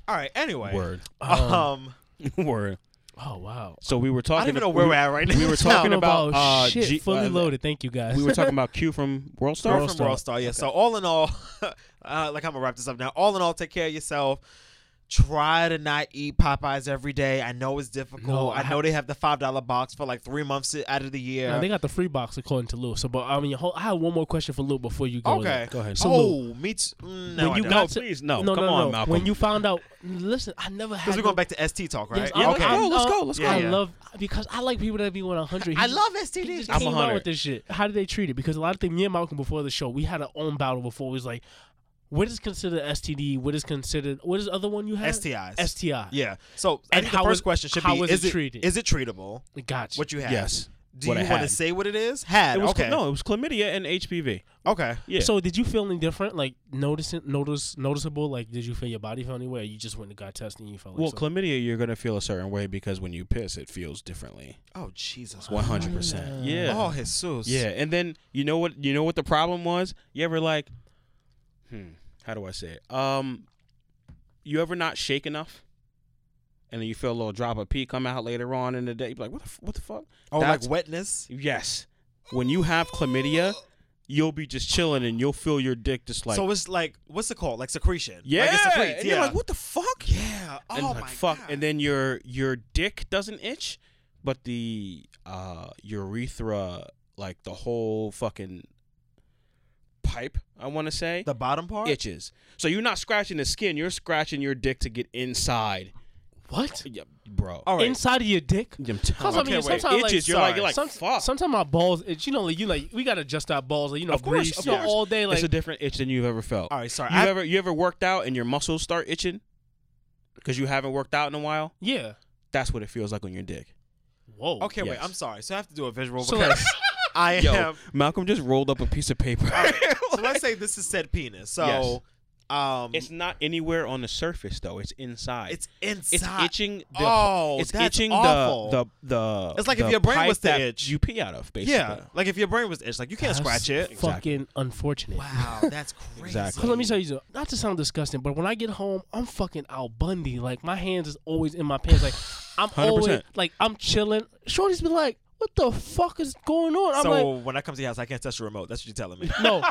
C: All right. Anyway,
B: Word.
C: Um,
B: Word.
A: oh wow,
B: So we were talking.
C: I don't even
B: ab-
C: know where
B: we-
C: we're at right now.
B: We were
A: Talking
B: talking about uh,
A: shit
B: G-
A: fully
B: uh,
A: loaded. Thank you guys.
B: We were talking about Q from World Star.
C: Girl from World Star. Yeah. So all in all, uh, like I'm gonna wrap this up now. All in all, take care of yourself. Try to not eat Popeyes every day. I know it's difficult.
A: No,
C: I,
A: I-
C: know they have the five dollar box for like three months out of the year.
A: Now, they got the free box according to Lou. So, but I mean, hold, I have one more question for Lou before you go.
C: okay.
A: Go ahead. So, Lou,
C: Oh, me too. Mm, No,
A: when you
C: I
A: got
C: don't.
A: to,
B: please, no.
A: no,
B: Come
A: no,
B: on,
A: no.
B: Malcolm.
A: When you found out, listen, I never had.
C: Because we're
A: no-
C: going back to ST talk, right?
A: Yes, I,
C: okay.
A: I,
B: No, Oh, let's
A: I-
B: go, let's
C: go.
A: I
C: Yeah.
A: love because I like people that be one hundred.
C: I love STDs.
B: I'm
A: I'm
B: 100.
A: with this shit. How do they treat it? Because a lot of things, me and Malcolm before the show, we had our own battle before. It was like, What is considered STD? What is considered? What is the other one you have?
C: STIs.
A: STI.
C: Yeah. So I
A: And
C: think the
A: how
C: first
A: is-
C: question should
A: how
C: be:
A: is it treated?
C: Is it treatable?
A: Gotcha.
C: What you have?
B: Yes.
C: Do
B: What I
C: you want to
B: had.
C: say what it is? Had.
B: It was
C: okay.
B: chla- No, it was chlamydia and HPV.
C: Okay.
B: Yeah.
A: So did you feel any different? Like noticing, notice, noticeable? Like did you feel your body felt any way? Or you just went and got tested and you felt like
B: well,
A: something?
B: chlamydia, you're gonna feel a certain way because when you piss, it feels differently.
C: Oh Jesus.
B: One hundred
A: Ah.
B: percent. Yeah.
C: Oh Jesus.
B: Yeah, and then you know what? You know what the problem was? You ever like, hmm, how do I say it? Um, you ever not shake enough, and then you feel a little drop of pee come out later on in the day. You're like, what the f- what the fuck?
C: Oh,
B: That's-
C: like wetness.
B: Yes. When you have chlamydia, you'll be just chilling and you'll feel your dick just like
C: so it's like what's it called? Like secretion.
B: yeah,
C: Like it secretes.
B: and
C: yeah.
B: you're like, what the fuck?
C: Yeah. Oh
B: and like
C: my
B: fuck,
C: God.
B: and then your your dick doesn't itch, but the uh urethra, like the whole fucking pipe, I want to say,
C: the bottom part.
B: itches. So you're not scratching the skin, you're scratching your dick to get inside,
A: what?
B: yeah, bro.
C: All right.
A: Inside of your dick?
B: I'm telling
A: Cause I
B: you.
A: mean,
C: Okay, Oh. wait.
A: sometimes like,
B: Itches, you're like- you're like,
A: some-
B: fuck.
A: Sometimes my balls, itch, you know, like you like we gotta adjust our balls, like, you know,
B: Of course,
A: grease,
B: of
A: you know,
B: course.
A: all day, like
B: it's a different itch than you've ever felt.
C: All right. Sorry.
B: You
C: I-
B: ever you ever worked out and your muscles start itching because you haven't worked out in a while?
A: yeah.
B: That's what it feels like on your dick.
A: Whoa.
C: okay. Wait.
B: Yes.
C: I'm sorry. So I have to do a visual
A: So
C: because
A: like,
C: I
B: Yo,
C: am.
B: Malcolm just rolled up a piece of paper.
C: so let's say this is said penis. So, um,
B: It's not anywhere on the surface though. It's inside.
C: it's
B: it's
C: inside.
B: itching. The,
C: oh,
B: it's
C: that's
B: itching
C: awful.
B: the the the.
C: It's like if
B: the
C: your brain
B: pipe
C: was to
B: that
C: itch.
B: You pee out of basically.
C: yeah, like if your brain was itched, like you can't
A: that's
C: scratch it.
A: Fucking unfortunate.
C: Wow, that's crazy.
B: Exactly.
A: Cause let me tell you, something, not to sound disgusting, but when I get home, I'm fucking Al Bundy. Like my hands is always in my pants. Like I'm
B: 100%.
A: always like I'm chilling. Shorty's be like, "What the fuck is going on?" I'm
C: so
A: like,
C: when I come to your house, I can't touch the remote. That's what you're telling me.
A: "No."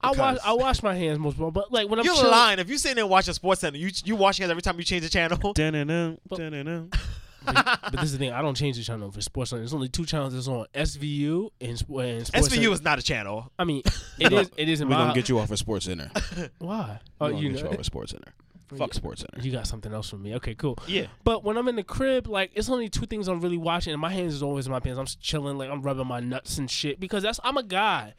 A: I wash
C: Because-
A: I wash my hands most of all, but like when I'm
C: You're
A: chilling,
C: lying. If you sitting there watching Sports Center, you you watching it every time you change the channel.
B: Dun-dun-dun,
A: But-
B: dun-dun-dun.
A: but this is the thing. I don't change the channel for sports. Center. There's only two channels that's on SVU and, Sp- and sports.
C: SVU is not a channel.
A: I mean, it is. It is in
B: We're
A: my.
B: gonna get you off of Sports Center.
A: Why?
B: We're
A: Oh,
B: gonna
A: you
B: get you
A: know,
B: off of Sports Center. Fuck Sports Center.
A: you got something else from me. Okay, cool.
B: Yeah.
A: But when I'm in the crib, like it's only two things I'm really watching, and my hands is always in my pants. I'm just chilling, like I'm rubbing my nuts and shit because that's I'm a guy,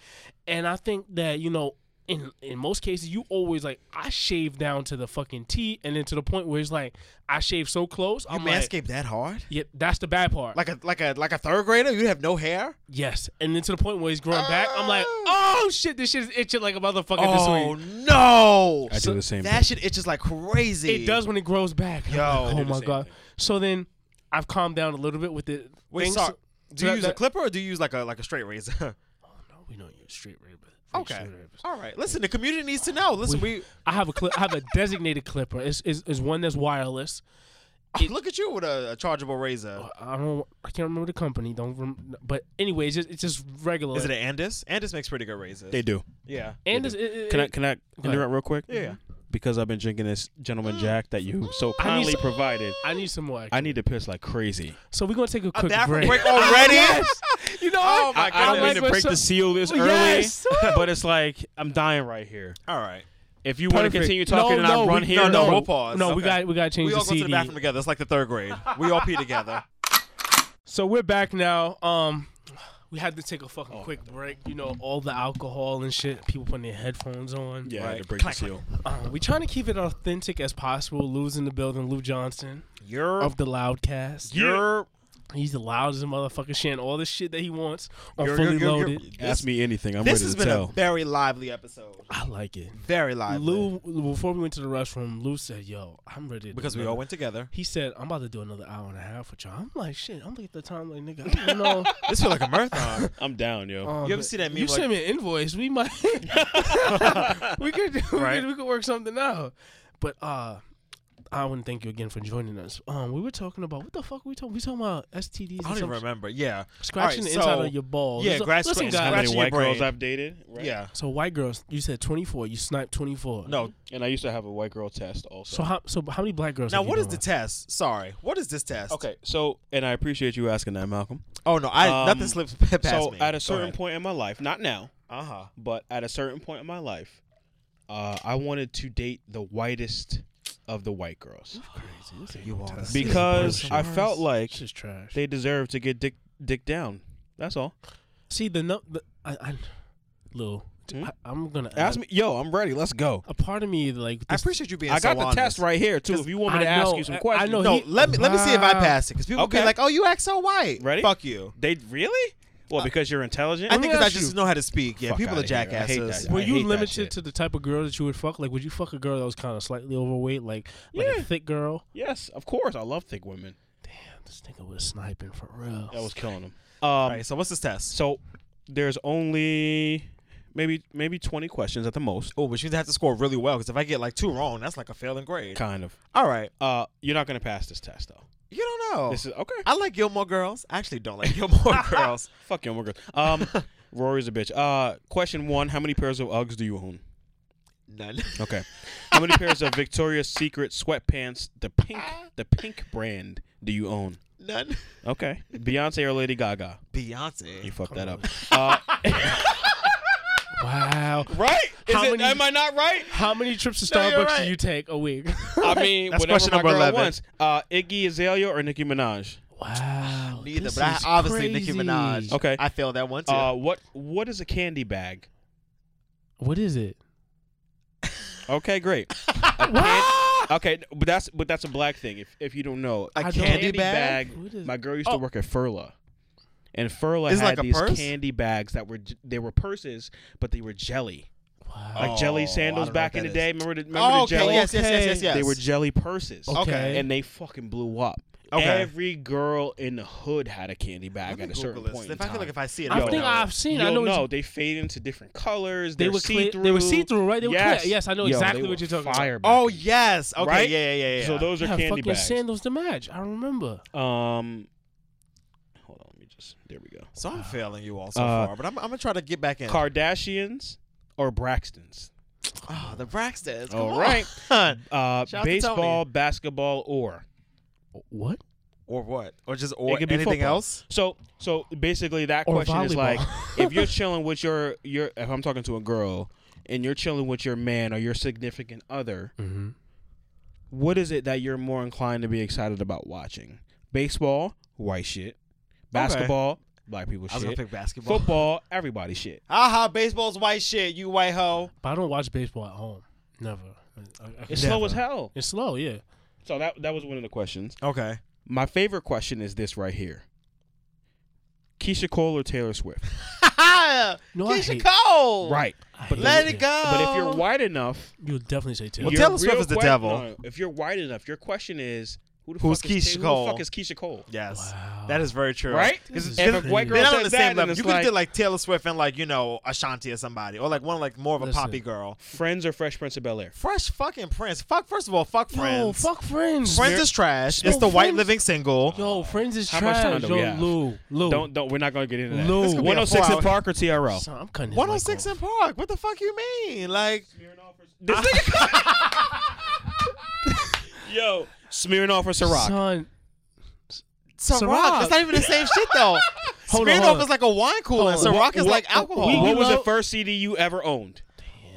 A: and I think that you know. In, in most cases, you always like I shave down to the fucking T, and then to the point where it's like I shave so close.
C: You
A: I'm
C: manscape
A: like,
C: that hard?
A: yeah, that's the bad part.
C: Like a like a like a third grader? You have no hair?
A: Yes, and then to the point where he's growing back, I'm like, oh shit, this shit is itching like a motherfucker
C: Oh
A: this week.
C: no!
B: I do the same.
C: That shit itches like crazy.
A: It does when it grows back. I'm
C: Yo,
A: like,
C: I do
A: oh
C: the
A: my
C: same
A: god.
C: thing.
A: So then, I've calmed down a little bit with it.
C: Wait,
A: things.
C: sorry. Do you
A: that-
C: use a
A: that-
C: clipper or do you use like a like a straight razor?
A: No, we know you're a straight rapist.
C: okay. All right. Listen, the community needs to know. Listen, we,
A: I have a clip. I have a designated clipper. It's, it's, it's one that's wireless. Uh,
C: look at you with a, a chargeable razor.
A: I don't. I can't remember the company. Don't. Rem- but anyways, it's, it's just regular.
C: Is it an Andis? Andis makes pretty good razors.
B: They do.
C: yeah.
A: and it's, it, it,
B: Can I can I interrupt real quick?
C: Yeah.
B: Because I've been drinking this gentleman Jack that you so
A: Mm. I need
B: kindly
A: some-
B: provided.
A: I need some more.
B: I need to piss like crazy.
A: so we're gonna take a quick
C: bathroom
A: break.
C: break already?
A: Yes. You know.
C: Oh
A: what?
C: my
B: I, I don't
A: I'm
B: mean
A: like,
B: to
A: we're
B: break
A: so-
B: the seal this early,
A: Yes.
B: but it's like I'm dying right here.
C: All right.
B: If you want to
A: Perfect.
B: continue talking,
A: No,
B: and I
A: no,
B: run
A: we-
B: here.
C: Oh, No, no,
A: no.
C: we'll pause.
A: No, we
C: Okay.
A: got we got to change
C: We
A: the
C: all go
A: CD.
C: to the bathroom together. It's like the third grade. We all pee together.
A: So we're back now. Um, we had to take a
C: Oh,
A: fucking quick break. You know, all the alcohol and shit. People putting their headphones on.
B: Yeah, I had
C: Right.
B: to break
C: Clack,
B: the seal.
A: Uh, we trying to keep it authentic as possible. Losing the building, Lou Johnson
C: You're
A: of the Loudcast. He's the loudest motherfucker, sharing all this shit that he wants on
C: You're-
A: fully
C: you're- you're-
A: loaded.
B: Ask me anything. I'm
C: This
B: ready
C: has
B: to
C: been a
B: tell.
C: very lively episode.
A: I like it.
C: Very lively.
A: Lou, before we went to the restroom, Lou said, "Yo, I'm ready." to
C: because
A: do
C: we
A: another-
C: all went together.
A: He said, "I'm about to do another hour and a half with y'all." I'm like, "Shit!" I'm looking at the time, like, "Nigga, I don't know."
C: This feel like a marathon.
B: I'm down, yo.
A: Um,
C: You ever see that meme,
A: You
C: like-
A: send me an invoice. We might. we could do. We,
C: Right.
A: could, we could work something out. But uh, I want to thank you again for joining us. Um, we were talking about what the fuck were we talking? We talking about STDs.
C: I
A: and
C: don't even
A: some-
C: remember. Yeah.
A: Scratching
C: All right,
A: the inside
C: so-
A: of your balls.
C: yeah,
A: Listen-
C: grass-
A: listen,
C: scratch-
B: How
A: guys.
B: many
C: scratching your
B: white girls
C: brain.
B: I've dated? Right?
C: Yeah.
A: So white girls, you said 24. You sniped 24.
C: No.
B: And I used to have a white girl test also.
A: So how so how many black girls?
C: Now,
A: have you
C: what is
A: done
C: the
A: with?
C: test? Sorry. What is this test?
B: okay, so and I appreciate you asking that, Malcolm.
C: Oh, no. I
B: Um,
C: Nothing slips past
B: so
C: me.
B: at a certain point in my life, not now,
C: Uh huh.
B: but at a certain point in my life, uh, I wanted to date the whitest of the white girls
C: You all this
B: because I felt like
A: This is trash.
B: they deserve to get dick dick down. That's all.
A: See the no. The, I, I, Lou,
C: Hmm?
A: I'm gonna
B: ask me. Yo, I'm ready. Let's go.
A: A part of me, like,
C: I appreciate you being.
B: I
C: so
B: got the test
C: honest.
B: right here too. If you want me
A: I
B: to ask
A: know-
B: you some
A: I- I
B: questions,
A: know
B: No,
A: he-
B: let
C: Let
B: me.
C: me let me see if I
A: Wow.
C: pass it because people
B: Okay.
C: be like, "Oh, you act so white."
B: Ready?
C: Fuck you.
B: They really? Well, because you're intelligent.
C: I
A: me
C: think because I
A: ask
C: just
A: you.
C: know how to speak. Yeah,
B: Fuck
C: people are
B: outta here. I hate that
C: jackasses.
B: shit.
A: Were
B: I
A: you
B: hate that
A: limited
B: shit.
A: to the type of girl that you would fuck? Like, would you fuck a girl that was kind of slightly overweight, like like
B: Yeah.
A: a thick girl?
B: yes, of course. I love thick women.
A: Damn, this nigga was sniping for real.
B: That was killing them.
C: All
B: Um,
C: right. So what's this test?
B: so there's only maybe maybe 20 questions at the most.
C: Oh, but you have to score really well because if I get like two wrong, that's like a failing grade.
B: Kind of.
C: All right.
B: Uh, you're not gonna pass this test though.
C: You don't know.
B: This is okay.
C: I like Gilmore Girls. I actually don't like Gilmore Girls.
B: Fuck you, girl. Um, Rory's a bitch. Uh, question one: How many pairs of Uggs do you own?
C: None.
B: Okay. How many pairs of Victoria's Secret sweatpants, the pink, the pink brand, do you own?
C: None.
B: Okay. Beyonce or Lady Gaga? You
C: Beyonce.
B: fucked that up. Uh,
A: wow.
B: right? Is
A: How
B: it-
A: many-
B: am I not right?
A: How many trips to
C: No,
A: Starbucks do
C: you're right.
A: you take a week?
B: I mean,
C: That's
B: whatever
C: question
B: my
C: number
B: girl
C: 11.
B: wants. Uh, Iggy Azalea or Nicki Minaj?
A: wow.
C: Neither,
A: this
C: but I
A: is
C: obviously
A: crazy. Oh,
C: Nicki Minaj.
B: Okay.
C: I failed that one too.
B: Uh, what What is a candy bag?
A: What is it?
B: Okay, great. A can- okay, but that's but that's a black thing. If if you don't know,
C: a
A: I don't-
C: candy bag.
A: What is-
B: my girl used to
A: Oh.
B: work at Furla. And Furla
C: Is it
B: had
C: like a
B: these
C: purse?
B: candy bags that were j- they were purses, but they were jelly,
A: Wow.
B: like
C: Oh, I
B: jelly
C: don't
B: sandals
C: know
B: back
C: what
B: in the
C: that
B: day.
C: is.
B: Remember the remember
C: Oh,
B: the
C: okay.
B: jelly?
C: Yes, yes, yes,
A: Okay.
C: yes, yes.
B: They were jelly purses,
A: Okay.
B: Oh, and they fucking blew up.
C: Okay.
B: Every girl in the hood had a candy bag
C: Let me
B: at a
C: Google
B: certain
C: this.
B: point. in
C: If I
B: time.
C: feel like if I see it,
A: I
C: I would
A: think
C: know.
A: I've seen. I
B: You'll
A: know. it's-
B: they fade into different colors.
A: They
B: They're
A: were
B: see
A: clear-
B: through.
A: they were see-through, right? They were
B: yes.
A: clear. Yes, I know
B: Yo,
A: exactly
B: they
A: what
B: were
A: you're talking about.
B: fire back
C: Oh
B: then.
C: yes. Okay.
B: Right?
C: Yeah, yeah, yeah, yeah.
B: So those are
A: yeah,
B: candy
A: fucking
B: bags.
A: sandals to match. I remember.
B: Um, hold on, let me just. There we go.
C: So I'm failing you all so
B: Ah. Uh,
C: far, but I'm, I'm gonna try to get back in.
B: Kardashians or Braxtons?
C: oh, the Braxtons. Come
B: All
C: on.
B: right. Uh,
C: Shout out to
B: baseball, basketball, or
A: What?
C: or what? Or just or
B: it could be
C: anything
B: football.
C: else?
B: So, so basically, that
A: Or
B: question is
A: volleyball.
B: like, if you're chilling with your your, if I'm talking to a girl, and you're chilling with your man or your significant other,
A: Mm-hmm.
B: what is it that you're more inclined to be excited about watching? Baseball, white shit. Basketball, black people
C: I was gonna
B: shit.
C: pick basketball.
B: Football, everybody shit.
C: Aha, baseball's white shit. You white hoe.
A: But I don't watch baseball at home. Never. I- I- I-
B: It's
A: never.
B: slow as hell.
A: It's slow. Yeah.
B: So that that was one of the questions.
C: Okay.
B: My favorite question is this right here. Keisha Cole or Taylor Swift?
A: No, I
C: Keisha
A: hate.
C: Cole.
B: Right.
A: I
B: But
A: hate
C: Let
A: it.
C: it go.
B: But if you're white enough,
A: You would definitely say Taylor.
C: Well,
B: your
C: Taylor Swift
B: real
C: is the
B: que-
C: devil.
B: no, if you're white enough, your question is who the
C: Who's
B: fuck is
C: Keisha
B: Ta- Who
C: Cole?
B: the fuck is Keisha Cole?
C: Yes.
A: Wow.
C: That is very true.
B: Right?
A: This
B: If
A: is
B: a
A: crazy.
B: white girl
C: They're not on
B: said that,
C: the same
B: then
C: level.
B: it's
C: You could
B: like,
C: have did like Taylor Swift and like you know Ashanti or somebody, or like one like more of a
A: Listen.
C: poppy girl.
B: Friends or Fresh Prince of Bel Air?
C: Fresh fucking Prince. Fuck. First of all, fuck Friends.
A: Yo, fuck friends.
C: Friends is trash.
A: Yo,
C: it's the white
A: Friends-
C: living single.
A: Yo, friends is
B: How much
A: trash.
B: time do
A: Yo,
B: we have?
A: Lou, Lou.
B: Don't don't. We're not gonna get into that.
A: This could be a
B: 106
C: four-hour-
B: in Park or TRL?
A: Son, I'm cutting his mic
C: 106
A: off.
C: in Park. What the fuck you mean? Like
B: This nigga. Yo, Smirnoff or Ciroc?
A: Son,
C: Ciroc.
A: Ciroc.
C: It's not even the same shit though.
A: Hold on, hold
C: Smirnoff
A: on.
C: is like a wine cooler. and
A: Hold on.
C: Ciroc is
A: What-
C: like
A: what-
C: alcohol.
A: we-
B: what was the
A: love-
B: first CD you ever owned?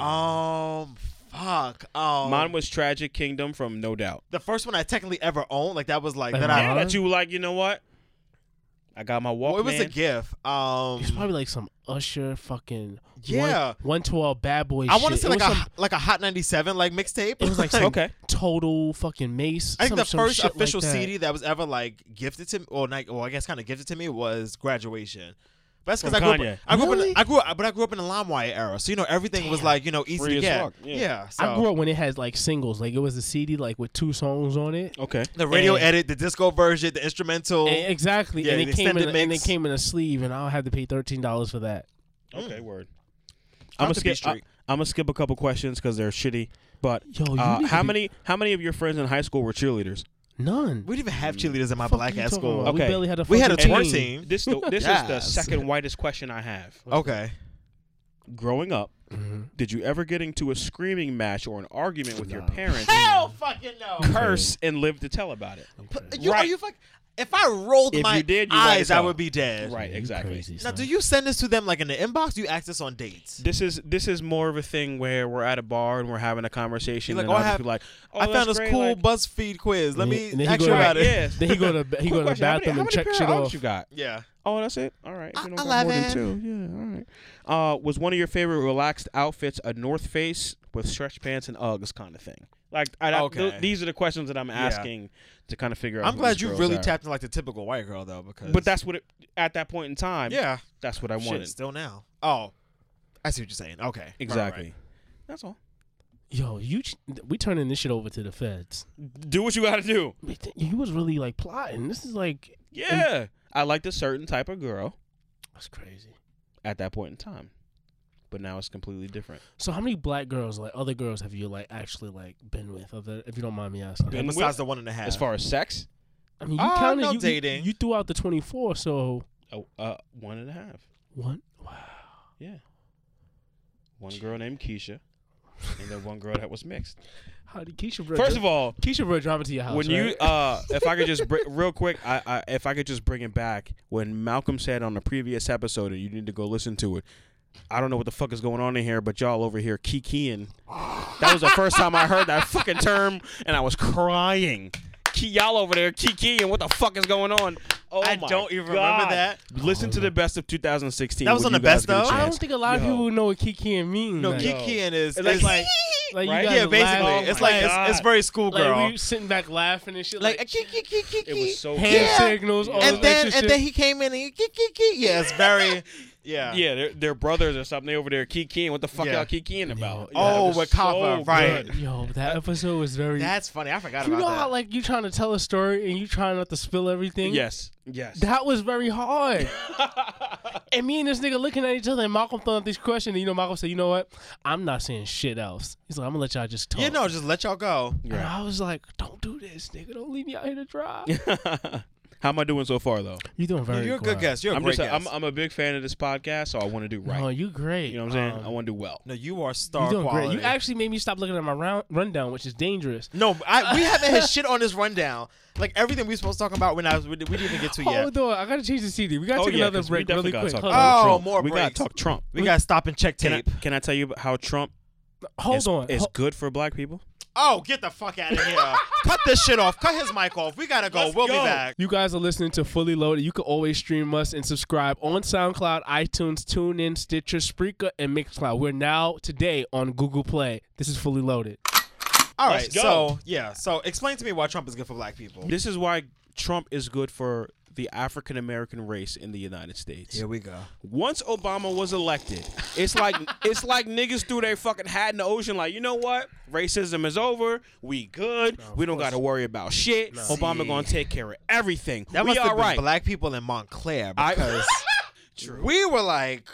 C: Um, fuck.
A: Uh,
C: Um,
B: Mine was Tragic Kingdom from No Doubt.
C: the first one I technically ever owned. Like that was like
A: Like
C: that.
A: mine?
B: Yeah,
C: I,
B: that you were like, you know what? I got my Walkman.
C: well, it was a gift. Um,
A: it's probably like some Usher fucking
C: Yeah.
A: one twelve bad boy.
C: I want to
A: shit.
C: say
A: It
C: like a
A: was some-
C: like a Hot 97 like mixtape.
A: it was like some
B: Okay.
A: total fucking mace.
C: I think
A: some-
C: the
A: some
C: first
A: shit like
C: official
A: that.
C: CD that was ever like gifted to me, or like, well, I guess kind of gifted to me was graduation. But that's because I
B: From
C: grew up.
B: Kanye.
C: I grew up.
A: Really?
C: In, I grew up, but I grew up in the LimeWire era, so you know everything was like you know easy
B: Free
C: to
B: as
C: get.
B: fuck, yeah.
C: so
A: I grew up when it had like singles. Like it was a CD like with two songs on it.
B: Okay.
C: the radio
A: and-
C: edit, the disco version, the instrumental.
A: And- exactly.
C: Oh. Yeah,
A: and
C: the
A: it came in
C: extended
A: and it
C: mix.
A: came in a sleeve and I'll have to pay thirteen dollars for that. Mm.
B: Okay. Word. I'm gonna
C: to B
B: skip. I, am
C: Street.
B: gonna skip a couple questions because they're shitty. But
A: Yo, you
B: uh,
A: need
B: how
A: to be-
B: many how many of your friends in high school were cheerleaders?
A: None.
C: we didn't even have cheerleaders in my
A: Fuck
C: black
A: you
C: ass
A: talking
C: school.
A: about?
B: Okay.
A: We barely had a
C: We had a
A: fucking
C: twerk team.
B: This the, this is the
C: Yes.
B: second whitest question I have.
C: Okay,
B: Growing up,
A: Mhm.
B: did you ever get into a screaming match or an argument with your
A: Nah.
B: parents?
C: fucking no.
B: curse and live to tell about it.
C: You, Are
B: Right.
C: you fuck? If I rolled
B: If
C: my
B: you did, you write
C: eyes,
B: it
C: I
B: down.
C: would be dead.
B: Right,
A: You
B: exactly.
A: crazy,
C: Now,
A: son.
C: do you send this to them like in the inbox? Do you ask this on dates?
B: This is this is more of a thing where we're at a bar and we're having a conversation,
C: You're like,
B: and
C: oh, I
B: other
C: have-
B: people are like, oh,
C: I found
B: that's
C: this
B: great,
C: cool
B: like,
C: BuzzFeed quiz. Let
A: And
C: me
A: he- and then he
C: ask
A: go
C: you
A: to-
C: about it.
B: Yes.
A: Then he go to he
B: Quick
A: go to the
B: question, how many-
A: bathroom
B: how
A: and
B: many
A: check
B: pair of
A: shit
B: Uggs
A: off.
B: You got
C: Yeah.
B: Oh, that's it. All right. If you
J: I-
B: don't
J: I
B: got more than
J: love
B: two. Yeah. All right. Uh, was one of your favorite relaxed outfits a North Face with stretch pants and Uggs kind of thing? Like, I, I-
C: Okay.
B: th- these are the questions that I'm asking to kind of figure out.
C: I'm
B: who
C: glad
B: these
C: you
B: girls
C: really
B: are.
C: tapped into like the typical white girl though, because
B: But that's what it, at that point in time.
C: Yeah.
B: That's what I
C: Shit,
B: wanted.
C: still now. Oh, I see what you're saying. Okay, Right,
B: exactly.
C: right.
B: That's all.
A: Yo, you ch- we turning this shit over to the feds.
B: Do what you got to do.
A: You was really like plotting. This is like
B: Yeah. I liked a certain type of girl
A: that's crazy.
B: at that point in time, but now it's completely different.
A: So how many black girls, like other girls, have you like actually like been with? Other, if you don't mind me asking.
C: And besides the one and a half.
B: As far as sex,
A: I mean, you
C: Ah,
A: counted
C: no
A: you, you-
C: dating.
A: You, threw out the twenty four, so
B: oh, uh, one and a half.
A: one.
B: Yeah. One girl named Keisha, and then one girl that was mixed.
A: How did Keisha? Bro
B: First of all,
A: Keisha brought drama to your house.
B: when you,
A: right?
B: uh, if I could just br- real quick, I, I if I could just bring it back when Malcolm said on the previous episode, and you need to go listen to it. I don't know what the fuck is going on in here, but y'all over here kikiing. That was the first time I heard that fucking term, and I was crying. Ki- y'all over there kikiing. What the fuck is going on? Oh
C: I
B: my
C: don't even
B: God.
C: remember that.
B: Listen to the best of 2016.
C: That was
B: when
C: on the
B: you guys
C: best
B: get a
C: of? I
A: I
B: chance.
A: don't think a lot of
B: Yo.
A: people know what Kikiing means.
C: No,
A: like,
C: Kikian is
B: It's like-
C: is like
A: like
B: right?
A: you guys
C: yeah,
A: are
C: basically,
A: laughing.
C: it's
B: Oh my
C: like it's, it's
B: God.
C: very schoolgirl.
A: like we sitting back laughing and shit, like,
J: Like a ki ki ki ki
B: It was
J: ki.
B: so
A: hand
B: good.
J: Yeah.
A: signals. All
J: And
A: this extra
J: then and
A: shit.
J: then he came in and he ki ki ki.
C: yeah, it's very yeah.
B: Yeah, they're, they're brothers or something. They over there kikiing. What the fuck
C: Yeah.
B: y'all kikiing about?
C: Yeah. Oh,
B: it was
C: with Kava, right.
B: good.
A: Yo, that episode was very.
C: That's funny. I forgot
A: you know
C: about that.
A: how like you trying to tell a story and you trying not to spill
C: Mm-hmm.
A: everything.
B: Yes, yes.
A: That was very hard. and me and this nigga looking at each other, and Malcolm throwing out these questions. And you know, Malcolm said, "You know what? I'm not saying shit else." He's like, "I'm gonna let y'all just talk."
C: yeah, no, just let y'all go.
A: And I was like, "Don't do this, nigga. Don't leave me out here to dry."
B: How am I doing so far though?
A: You're doing very.
C: You're a good guest. You're a
B: I'm
C: great
B: just a,
C: guest. Oh,
B: I'm, I'm a big fan of this podcast, so I want to do right.
A: No, you great.
B: you know what I'm saying?
A: Um,
B: I want to do well.
C: no, you are
A: you're
C: star
A: doing
C: quality.
A: great. You actually made me stop looking at my round, rundown, which is dangerous.
C: no, I, we haven't had shit on this rundown. Like everything we supposed to talk about when I was we, didn't even get to yet.
A: Hold on, I gotta change the CD. We gotta
B: oh
A: take
B: yeah,
A: another
B: 'cause we
A: break
B: definitely
A: really
B: gotta
A: quick. Hold
B: talk
C: about
A: on.
C: Oh,
B: Trump.
C: more
B: We gotta
C: breaks.
B: talk Trump.
C: We gotta stop and check
B: Can I,
C: tape.
B: can I tell you about how Trump
A: Hold
B: is,
A: on.
B: is
A: Ho-
B: good for black people?
C: Oh, get the fuck out of here! Cut this shit off. Cut his mic off. We gotta go.
B: Let's
C: we'll
B: go.
C: be back.
A: You guys are listening to Fully Loaded. You can always stream us and subscribe on SoundCloud, iTunes, TuneIn, Stitcher, Spreaker, and Mixcloud. We're now today on Google Play. This is Fully Loaded.
C: All
B: Let's
C: right.
B: go.
C: So yeah. So explain to me why Trump is good for black people.
B: This is why Trump is good for the African American race in the United States.
C: we go.
B: Once Obama was elected, it's like it's like niggas threw their fucking hat in the ocean. Like, you know what? Racism is over. We good. we don't got to worry about shit. Obama
C: See.
B: gonna take care of everything.
C: That
B: we
C: must have
B: all
C: been
B: right.
C: black people in Montclair
B: I-
C: because we were like,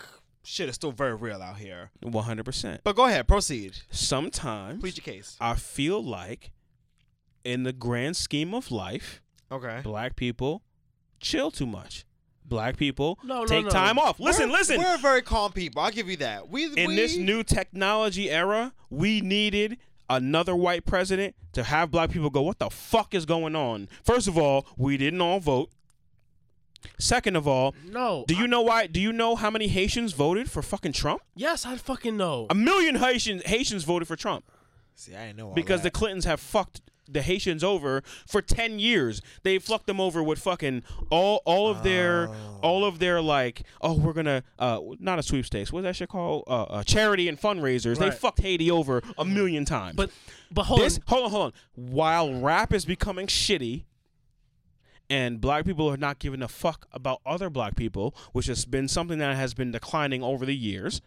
C: shit is still very real out here.
B: One hundred percent.
C: But go ahead, proceed.
B: Sometimes
C: Plead your case.
B: I feel like, in the grand scheme of life,
C: Okay.
B: black people chill too much. Black people
A: No, no,
B: take
A: no.
B: time off. Listen,
C: We're-
B: listen.
C: We're very calm people. I'll give you that. We
B: in
C: we-
B: this new technology era, we needed another white president to have black people go, what the fuck is going on? First of all, we didn't all vote. Second of all,
A: No.
B: do you know why? Do you know how many Haitians voted for fucking Trump?
A: Yes, I fucking know.
B: A million Haitians Haitians voted for Trump
C: See, I didn't know all
B: because the
C: that.
B: Clintons have fucked the Haitians over for 10 years. They fucked them over with fucking all all of their
C: Oh.
B: all of their like oh we're going to uh not a sweepstakes. What's that shit called? Uh, uh charity and fundraisers. They
A: Right.
B: fucked Haiti over a million times.
A: But but hold
B: this
A: on.
B: hold on, hold on. While rap is becoming shitty and black people are not giving a fuck about other black people, which has been something that has been declining over the years.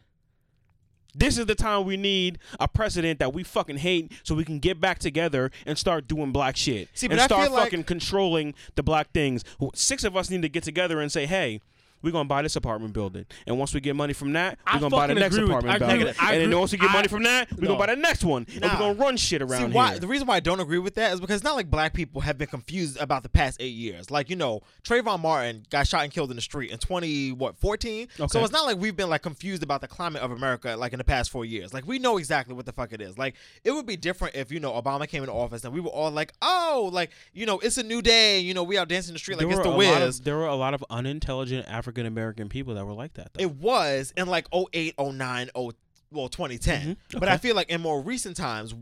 B: This is the time we need a president that we fucking hate so we can get back together and start doing black shit.
C: See, but
B: and
C: I
B: start
C: feel like-
B: fucking controlling the black things. Wh- Six of us need to get together and say, hey, we're gonna buy this apartment building, and once we get money from that,
A: I
B: we're gonna buy the
A: fucking
B: next
A: agree with- I
B: apartment
A: agree
B: building,
A: with- I
B: and then
A: agree-
B: once we get
A: I-
B: money from that, we're
A: No.
B: gonna buy the next one, and
C: Nah.
B: we're gonna run shit around
C: See
B: here.
C: why the reason why I don't agree with that is because it's not like black people have been confused about the past eight years. Like you know, Trayvon Martin got shot and killed in the street in twenty what fourteen.
B: Okay.
C: So it's not like we've been like confused about the climate of America like in the past four years. Like we know exactly what the fuck it is. Like it would be different if you know Obama came into office and we were all like, oh, like you know, it's a new day. You know, we out dancing in the street like it's the
B: were a lot
C: whiz.
B: of, there were a lot of unintelligent African American people that were like that. Though.
C: It was oh
A: Mm-hmm.
C: in like 08, 09, 0, well, 2010. But I feel like in more recent times,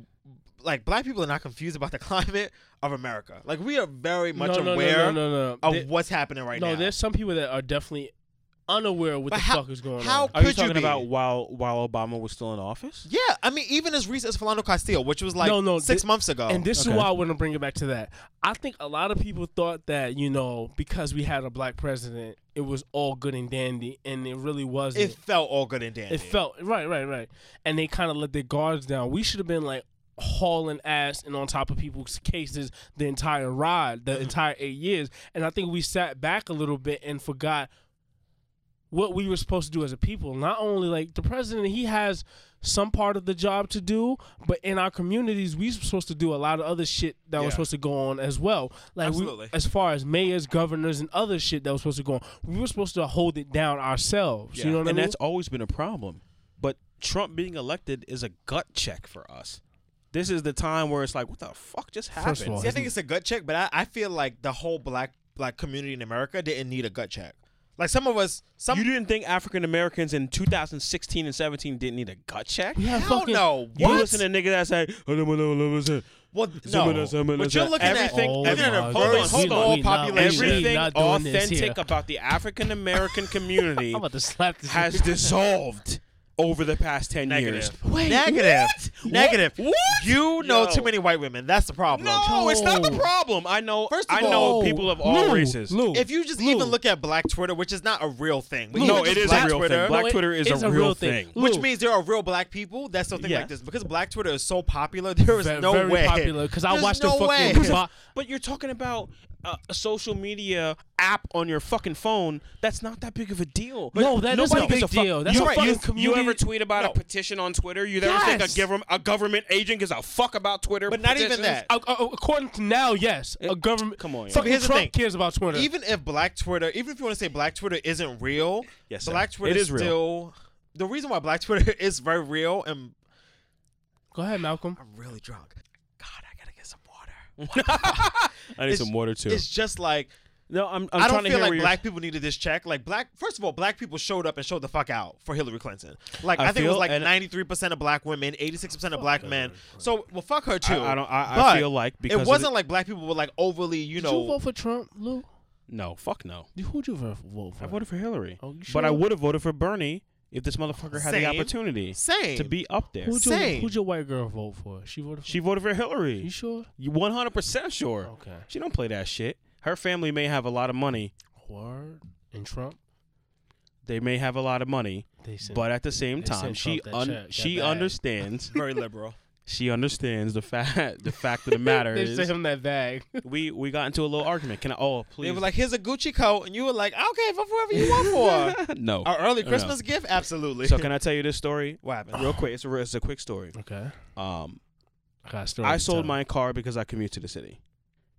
C: like black people are not confused about the climate of America. Like we are very much
A: No, no, no,
C: aware
A: no, no, no.
C: of
A: They-
C: what's happening right
A: no,
C: now.
A: there's some people that are definitely unaware of what
C: But
A: the
C: how-
A: fuck is going
C: how
A: on.
B: Are you
C: Could you
B: talking
C: be?
B: about while while Obama was still in office?
C: Yeah, I mean, even as recent as Philando Castile, which was like
A: no, no,
C: six
A: thi-
C: months ago,
A: And this
B: Okay.
A: is why I want to bring it back to that. I think a lot of people thought that you know because we had a black president, it was all good and dandy, and it really wasn't.
C: it felt all good and dandy.
A: It felt right, right, right. And they kind of let their guards down. We should have been like hauling ass and on top of people's cases the entire ride, the entire eight years. And I think we sat back a little bit and forgot what we were supposed to do as a people. Not only like the president, he has some part of the job to do, but in our communities, we supposed to do a lot of other shit that
C: Yeah.
A: was supposed to go on as well. Like
C: Absolutely.
A: we, as far as mayors, governors, and other shit that was supposed to go on, we were supposed to hold it down ourselves. You know what I
B: and
A: mean?
B: that's always been a problem. But Trump being elected is a gut check for us. This is the time where it's like, what the fuck just happened?
A: First of all,
C: See, I think it's a gut check, but I, I feel like the whole black black community in America didn't need a gut check. Like some of us, some
B: you didn't think African Americans in 2016 and 17 didn't need a gut check?
A: Yeah,
C: hell
A: fucking-
C: no.
B: You
C: What?
B: listen to nigga "Oh, that's like,
C: well,
B: Someone
C: no.
B: else, someone
C: But
B: else.
C: you're looking at Oh
B: Everything-
C: You're looking at
B: my God.
C: a very
B: Hold on,
C: small
B: we
A: not-
C: population.
A: we
B: everything
A: not doing this here.
B: authentic about the African American community
A: I'm about to slap this.
B: has dissolved over the past 10 years.
C: Negative. Negative. Negative.
B: What?
C: You
B: Yo.
C: know too many white women. That's the problem.
B: No, it's not the problem. I know.
C: First of
B: I know
C: all-
B: people of all
A: Lou,
B: races.
A: Lou.
C: If you just even look at black Twitter, which is not a real thing. but
B: No,
C: even
B: it
C: just
B: is a
C: black
B: real
C: Twitter,
B: thing. Black Twitter is
A: it's
B: a real thing.
A: Lou,
C: Which means there are real black people that still think
B: Yeah.
C: like this because black Twitter is so popular. There is
A: ve-
C: no
A: very
C: way.
A: popular because I
C: There's
A: watched
C: no
A: the
C: way.
A: fucking. bo-
B: But you're talking about uh, a social media app on your fucking phone. That's not that big of a deal.
A: No, that
B: that
A: is
B: is
A: a big deal. That's
B: you,
A: a fucking
B: you,
A: community-
B: You ever tweet about a petition on Twitter? You ever think a,
A: Yes.
B: government a government agent gives a fuck about Twitter?
C: But not even
B: petitions?
C: that.
A: Uh, uh, according to now, yes, a
B: It-
A: government.
B: come on, yo.
A: fucking
C: Here's the
A: Trump
C: thing.
A: cares about Twitter.
C: Even if black Twitter, even if you want to say black Twitter isn't real,
B: Yes, sir.
C: black Twitter
B: It is real.
C: still. The reason why black Twitter is very real and
A: Go ahead, Malcolm.
C: I'm really drunk. God, I gotta get some water.
B: I need
C: It's-
B: some water too.
C: It's just like
B: No, I'm. I'm
C: I'm I
B: trying
C: do not
B: to
C: feel
B: hear
C: like
B: where
C: black people needed this check. Like black, first of all, black people showed up and showed the fuck out for Hillary Clinton. Like
B: I
C: I, think it was
B: feel-
C: like
B: and-
C: 93 percent of black women, 86 percent of black men. So well, fuck her too.
B: I don't- I- I
C: But
B: feel like because of
C: it
B: the-
C: wasn't like black people were like overly, you
A: Did you
C: know.
A: vote for Trump, Lou?
B: You're, no, fuck no.
A: You- Who'd you vote for?
B: I voted for Hillary,
A: Oh, you
B: but I
A: sure?
B: would have voted for Bernie if this motherfucker had the
C: Same.
B: opportunity
C: Same.
B: to be up there.
A: Who'd,
C: Same.
A: your, who'd your white girl vote for? She voted for.
B: She voted for Hillary.
A: you sure?
B: You 100% sure.
A: Okay.
B: She don't play that shit. Her family may have a lot of money.
A: Word and Trump.
B: They may have a lot of money,
A: They said.
B: but at the same
A: They
B: time,
A: sent
B: she
A: Trump that
B: un-
A: check, that
B: she
A: bag.
B: understands.
C: very liberal.
B: she understands the fact the fact of the matter
A: they sent
B: is
A: him that bag.
B: we we got into a little argument. Can I? Oh, please.
C: They were like, "Here's a Gucci coat," and you were like, "Okay, vote for whoever you want for."
B: no.
C: Our early
B: No.
C: Christmas gift, absolutely.
B: So can I tell you this story
C: what happened?
B: real quick? It's a, it's a quick story.
A: okay.
B: Um,
A: I, got a story
B: I
A: to
B: sold
A: tell.
B: my car because I commute to the city.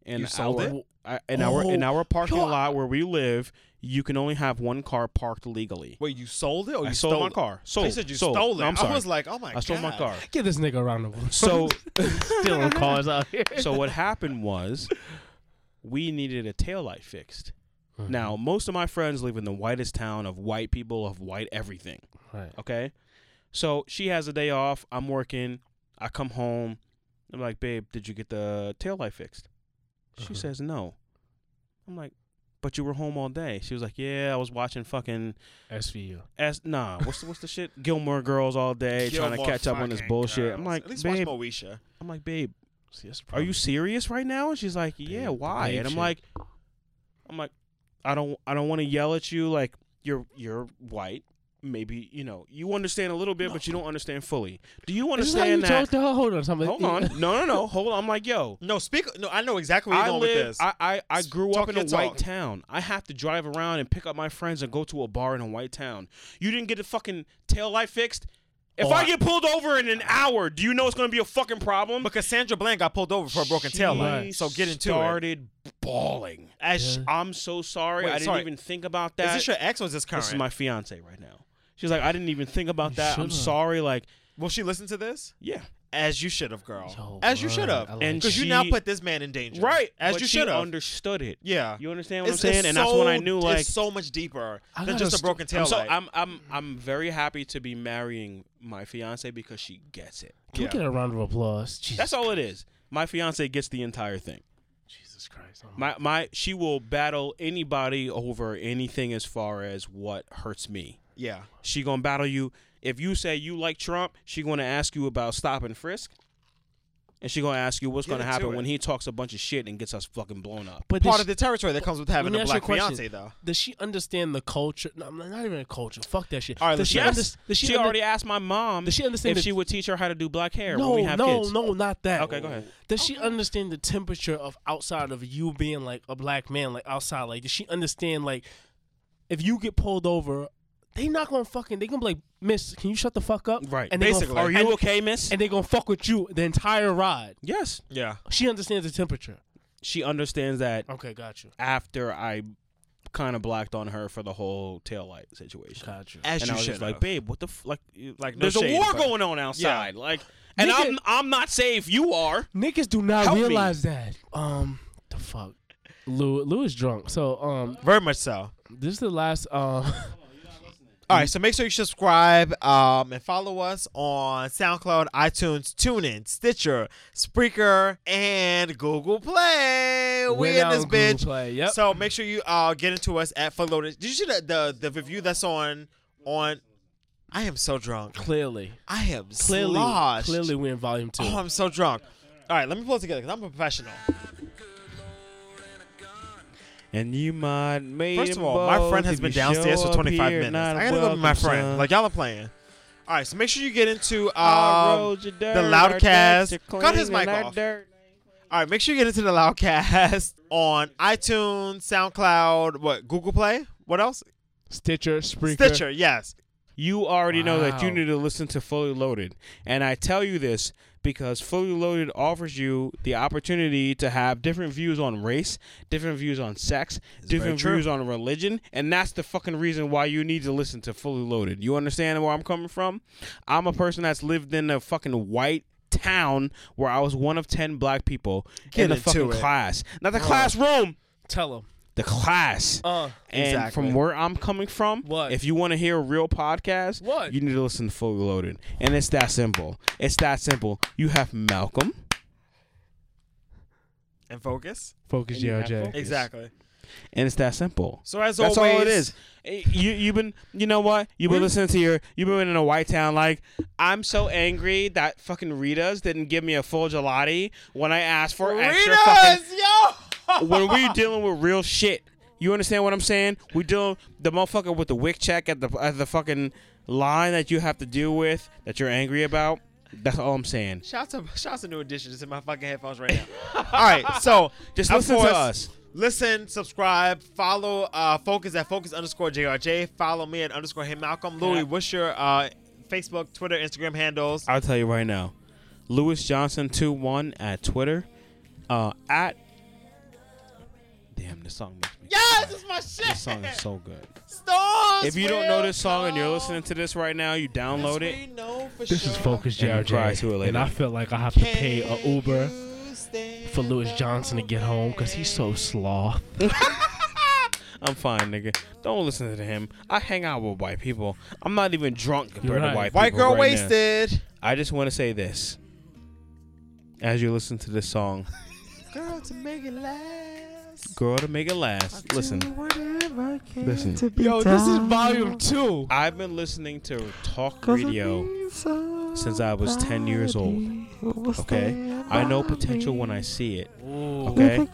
B: And
C: You sold
B: our,
C: it?
B: I, in our in
A: Oh,
B: our parking
A: yo, I-
B: lot where we live, you can only have one car parked legally.
C: Wait, you sold it or Oh, you
B: I sold
C: stole
B: my
C: it?
B: car.
C: So
B: Sold.
C: you said you
B: sold.
C: stole it.
B: No, I'm sorry.
C: was like, "Oh my god!"
B: I stole my car.
A: Give this nigga a round of applause.
B: So
A: stealing cars out here.
B: so what happened was we needed a taillight fixed.
A: Mm,
C: Uh-huh.
B: Now, most of my friends live in the whitest town of white people of white everything.
A: Right.
B: Okay? So she has a day off, I'm working, I come home, I'm like, babe, did you get the taillight fixed? She
A: Uh-huh.
B: says no. I'm like, but you were home all day. She was like, Yeah, I was watching fucking
A: SVU.
B: S nah, what's the what's the shit? Gilmore girls all day trying
C: Gilmore
B: to catch up on this
C: fucking
B: bullshit. I'm
C: girls.
B: like,
C: at least watch
B: babe,
C: Moesha.
B: I'm like, babe,
A: See, that's the
B: are
A: problem.
B: you serious right now? And she's like, yeah,
A: Babe, the
B: why?
A: babe
B: And I'm
A: shit.
B: like, I'm like, I don't, I don't want to yell at you. Like you're, you're white. Maybe you know you understand a little bit, but you don't understand fully. Do you
A: This is how
B: understand
A: you
B: that?
A: talk to her. Hold on, somebody.
B: Hold on, no, no, no, hold on. I'm like, yo,
C: No, speak. No, I know exactly where you're
B: I
C: going with
B: live,
C: this.
B: I, I, I grew
C: Talk
B: up in a
C: your
B: white
C: talk.
B: town. I have to drive around and pick up my friends and go to a bar in a white town. You didn't get the fucking tail light fixed. If
C: Oh,
B: I
C: I-
B: get pulled over in an hour, do you know it's gonna be a fucking problem?
C: But Cassandra Bland got pulled over for a broken
B: She
C: tail light. So get into it.
B: started bawling.
C: As
A: Yeah.
B: I'm so sorry.
C: Wait,
B: I didn't
C: sorry.
B: even think about
C: is
B: that.
C: this your ex or is this current?
B: This is my fiance right now. She's like, I didn't even think about
A: You
B: that. I'm
A: should've.
B: sorry. Like,
C: Will she listen to this?
B: yeah.
C: As you should have, girl. As you should have.
B: I like And
C: Because you now
B: she-
C: put this man in danger.
B: Right.
C: As
B: but
C: you
B: she
C: should have.
B: understood it.
C: Yeah.
B: You understand what I'm saying? and that's when I knew like
C: it's so much deeper
B: I
C: than
B: got
C: just a
B: st-
C: broken
B: I'm
C: tail.
B: so I'm I'm I'm very happy to be marrying my fiance because she gets it.
A: Can we get a round of applause? Jesus
B: That's all it is. My fiance gets the entire thing.
A: Christ.
B: My my she will battle anybody over anything as far as what hurts me.
C: Yeah.
B: She gonna battle you. If you say you like Trump, she gonna ask you about stop and frisk. And she gonna ask you what's
C: Get
B: gonna
C: into
B: happen
C: it.
B: when he talks a bunch of shit and gets us fucking blown up.
A: But
C: part
A: does
C: of the territory that comes with
A: Let
C: having
A: me
C: a
A: ask you
C: black
A: question.
C: fiance, though.
A: Does she understand the culture? No, not not even a culture. Fuck that shit.
C: All right,
A: does
C: let's
A: she,
C: yes.
A: under- does she,
B: she,
A: under-
B: already asked my mom
A: Does she understand
B: if
A: that-
B: she would teach her how to do black hair
A: No,
B: when we have
A: no,
B: kids.
A: no, not that.
B: Okay, go ahead.
A: Does she understand the temperature of outside of you being like a black man, like outside? Like, does she understand like if you get pulled over, they not gonna fucking they gonna be like, Miss, can you shut the fuck up?
B: Right.
A: they gonna-
B: Basically. Are you
A: and-
B: okay, Miss?
A: And they gonna fuck with you the entire ride.
B: Yes.
C: Yeah.
A: She understands the temperature.
B: She understands that
A: Okay, got you.
B: after I kind of blacked on her for the whole taillight situation.
A: Got you.
C: As
B: and
C: you
B: I was just
C: should
B: like,
C: have.
B: babe, what the f- like? you-
C: Like, no
B: there's
C: shade,
B: a war
C: but-
B: going on outside. Like, and
A: Nigga-
B: I'm I'm not safe. You are.
A: Niggas do not
B: Help me.
A: realize that. Um, the fuck. Lou, Lou is drunk. So, um,
C: Very much so.
A: this is the last. Um,
C: All right, so make sure you subscribe um, and follow us on SoundCloud, iTunes, TuneIn, Stitcher, Spreaker, and Google Play. We
A: We're
C: in
A: now
C: this
A: on Google
C: bitch.
A: Play, yep.
C: So make sure you uh, get into us at Footloaded. Did you see the, the the review that's on on? I am so drunk.
A: clearly,
C: I am
A: clearly,
C: sloshed.
A: clearly, we're in volume two.
C: Oh, I'm so drunk. All right, let me pull it together because I'm a professional.
B: And you might made.
C: First of all, my friend has been downstairs for 25 minutes. I gotta go be my friend. Like y'all are playing. All right, so make sure you get into um, the Loudcast. Cut his mic off. All right, make sure you get into the Loudcast on iTunes, SoundCloud, what Google Play, what else?
A: Stitcher, Spreaker.
C: Stitcher, yes.
B: You already know that you
A: Wow.
B: need to listen to Fully Loaded. And I tell you this because Fully Loaded offers you the opportunity to have different views on race, different views on sex, different
C: true.
B: views on religion. And that's the fucking reason why you need to listen to Fully Loaded. You understand where I'm coming from? I'm a person that's lived in a fucking white town where I was one of 10 black people
C: Get
B: in the
C: into
B: fucking
C: it.
B: class. Not the classroom,
A: Tell him.
B: the class.
A: Uh,
B: And
C: Exactly.
B: from where I'm coming from,
A: What?
B: if you want to hear a real podcast,
A: What?
B: you need to listen to Fully Loaded. And it's that simple. It's that simple. You have Malcolm.
C: And focus.
A: focus,
B: And you have
A: GLJ.
B: focus.
C: Exactly.
B: And it's that simple.
C: So as
B: That's
C: always,
B: all it is. Eh, You you've been you know what? You've been listening to your you've been in a white town like I'm so angry that fucking Rita's didn't give me a full gelati when I asked for extra fucking
C: Rita's, yo.
B: when we dealing with real shit. You understand what I'm saying? We dealing the motherfucker with the wick check at the at the fucking line that you have to deal with that you're angry about. That's all I'm saying.
C: Shouts to shouts to new edition. It's in my fucking headphones right now. All right, so
B: Just
C: of
B: listen to
C: course,
B: us.
C: Listen, subscribe, follow uh, Focus at Focus underscore JRJ. Follow me at underscore Hey Malcolm. Louis, what's your uh, Facebook, Twitter, Instagram handles?
B: I'll tell you right now. Lewis Johnson 21 at Twitter. Uh at Damn, this song makes me
C: Yes, it's my shit.
B: This song is so good.
C: Stars
B: If you don't know this song and you're listening to this right now, you download
C: We
B: it.
C: know for
A: This
C: sure.
A: is Focus
B: And you cry to it
A: JRJ,
B: later.
A: and I feel like I have to pay a
C: Can
A: Uber
C: you stand
A: for Lewis Johnson to get home because he's so sloth.
B: I'm fine, nigga. Don't listen to him. I hang out with white people. I'm not even drunk compared
A: right.
B: to white people.
C: White girl
B: right now.
C: wasted.
B: I just want to say this. As you listen to this song,
C: Girl, to make it last.
B: girl, to make it last, listen. Listen.
A: Yo, this is volume two.
B: I've been listening to talk radio since I was 10 years old. Okay? I know potential when I see it. Okay?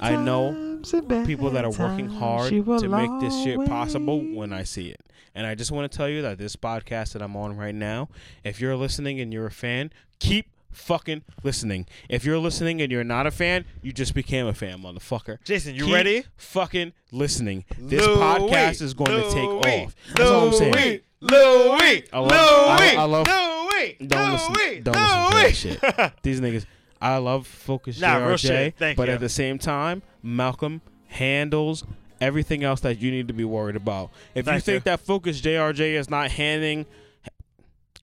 B: I know people that are working hard to make this shit possible when I see it. And I just want to tell you that this podcast that I'm on right now, if you're listening and you're a fan, keep fucking listening. If you're listening and you're not a fan, you just became a fan, motherfucker.
C: Jason, you
B: Keep
C: ready?
B: Fucking listening. This
C: Louis,
B: podcast is going to take
C: Louis,
B: off. That's all I'm saying.
C: Louis,
B: I love- I- I love-
C: Louis,
B: Don't listen. Don't listen to that shit. These niggas. I love Focus
C: Nah, real
B: JRJ,
C: shit. Thank
B: but
C: you.
B: at the same time, Malcolm handles everything else that you need to be worried about. If you
C: Thank
B: think
C: you.
B: that Focus JRJ is not handling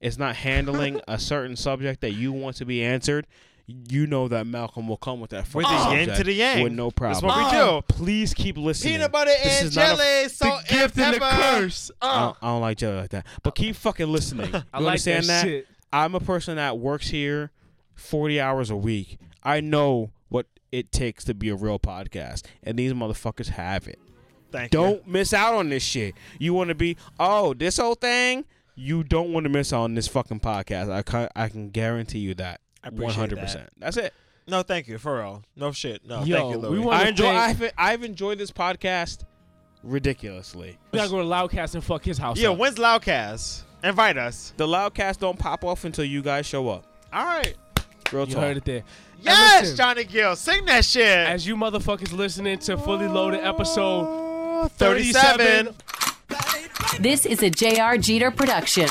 B: is not handling a certain subject that you want to be answered, you know that Malcolm will come with that
C: With
B: fucking
C: the yin
B: subject
C: to the yang.
B: with no problem.
C: That's what we do.
B: Please keep listening.
J: Peanut butter
B: This
J: and
B: is not a-
J: jelly, salt
A: the gift and the
J: pepper.
A: curse.
B: I
J: Uh.
B: don't, I don't like jelly like that. But keep fucking listening. You
A: Ah. I like that
B: understand that?
A: shit.
B: I'm a person that works here 40 hours a week. I know what it takes to be a real podcast, and these motherfuckers have it.
C: Thank you.
B: Don't miss out on this shit. You want to be oh this whole thing. You don't want to miss out on this fucking podcast. I can, I can guarantee you that.
C: I
B: One
C: appreciate
B: hundred percent. That's it.
C: No, thank you, for real. No shit. No,
A: Yo,
C: thank you,
A: we
C: Louis.
A: want-
B: I
A: wanna
B: enjoy.
A: thank-
B: I've, I've enjoyed this podcast ridiculously.
A: We gotta go to Loudcast and fuck his house.
C: yeah,
A: up.
C: when's Loudcast? Invite us.
B: The loudcast don't pop off until you guys show up.
C: All right.
B: Real
A: you
B: talk.
A: heard it there. And
C: Yes,
A: listen,
C: Johnny Gill, sing that shit.
A: As you motherfuckers listening to Fully Loaded episode
C: 37.
A: 37.
I: This is a J.R. Jeter production.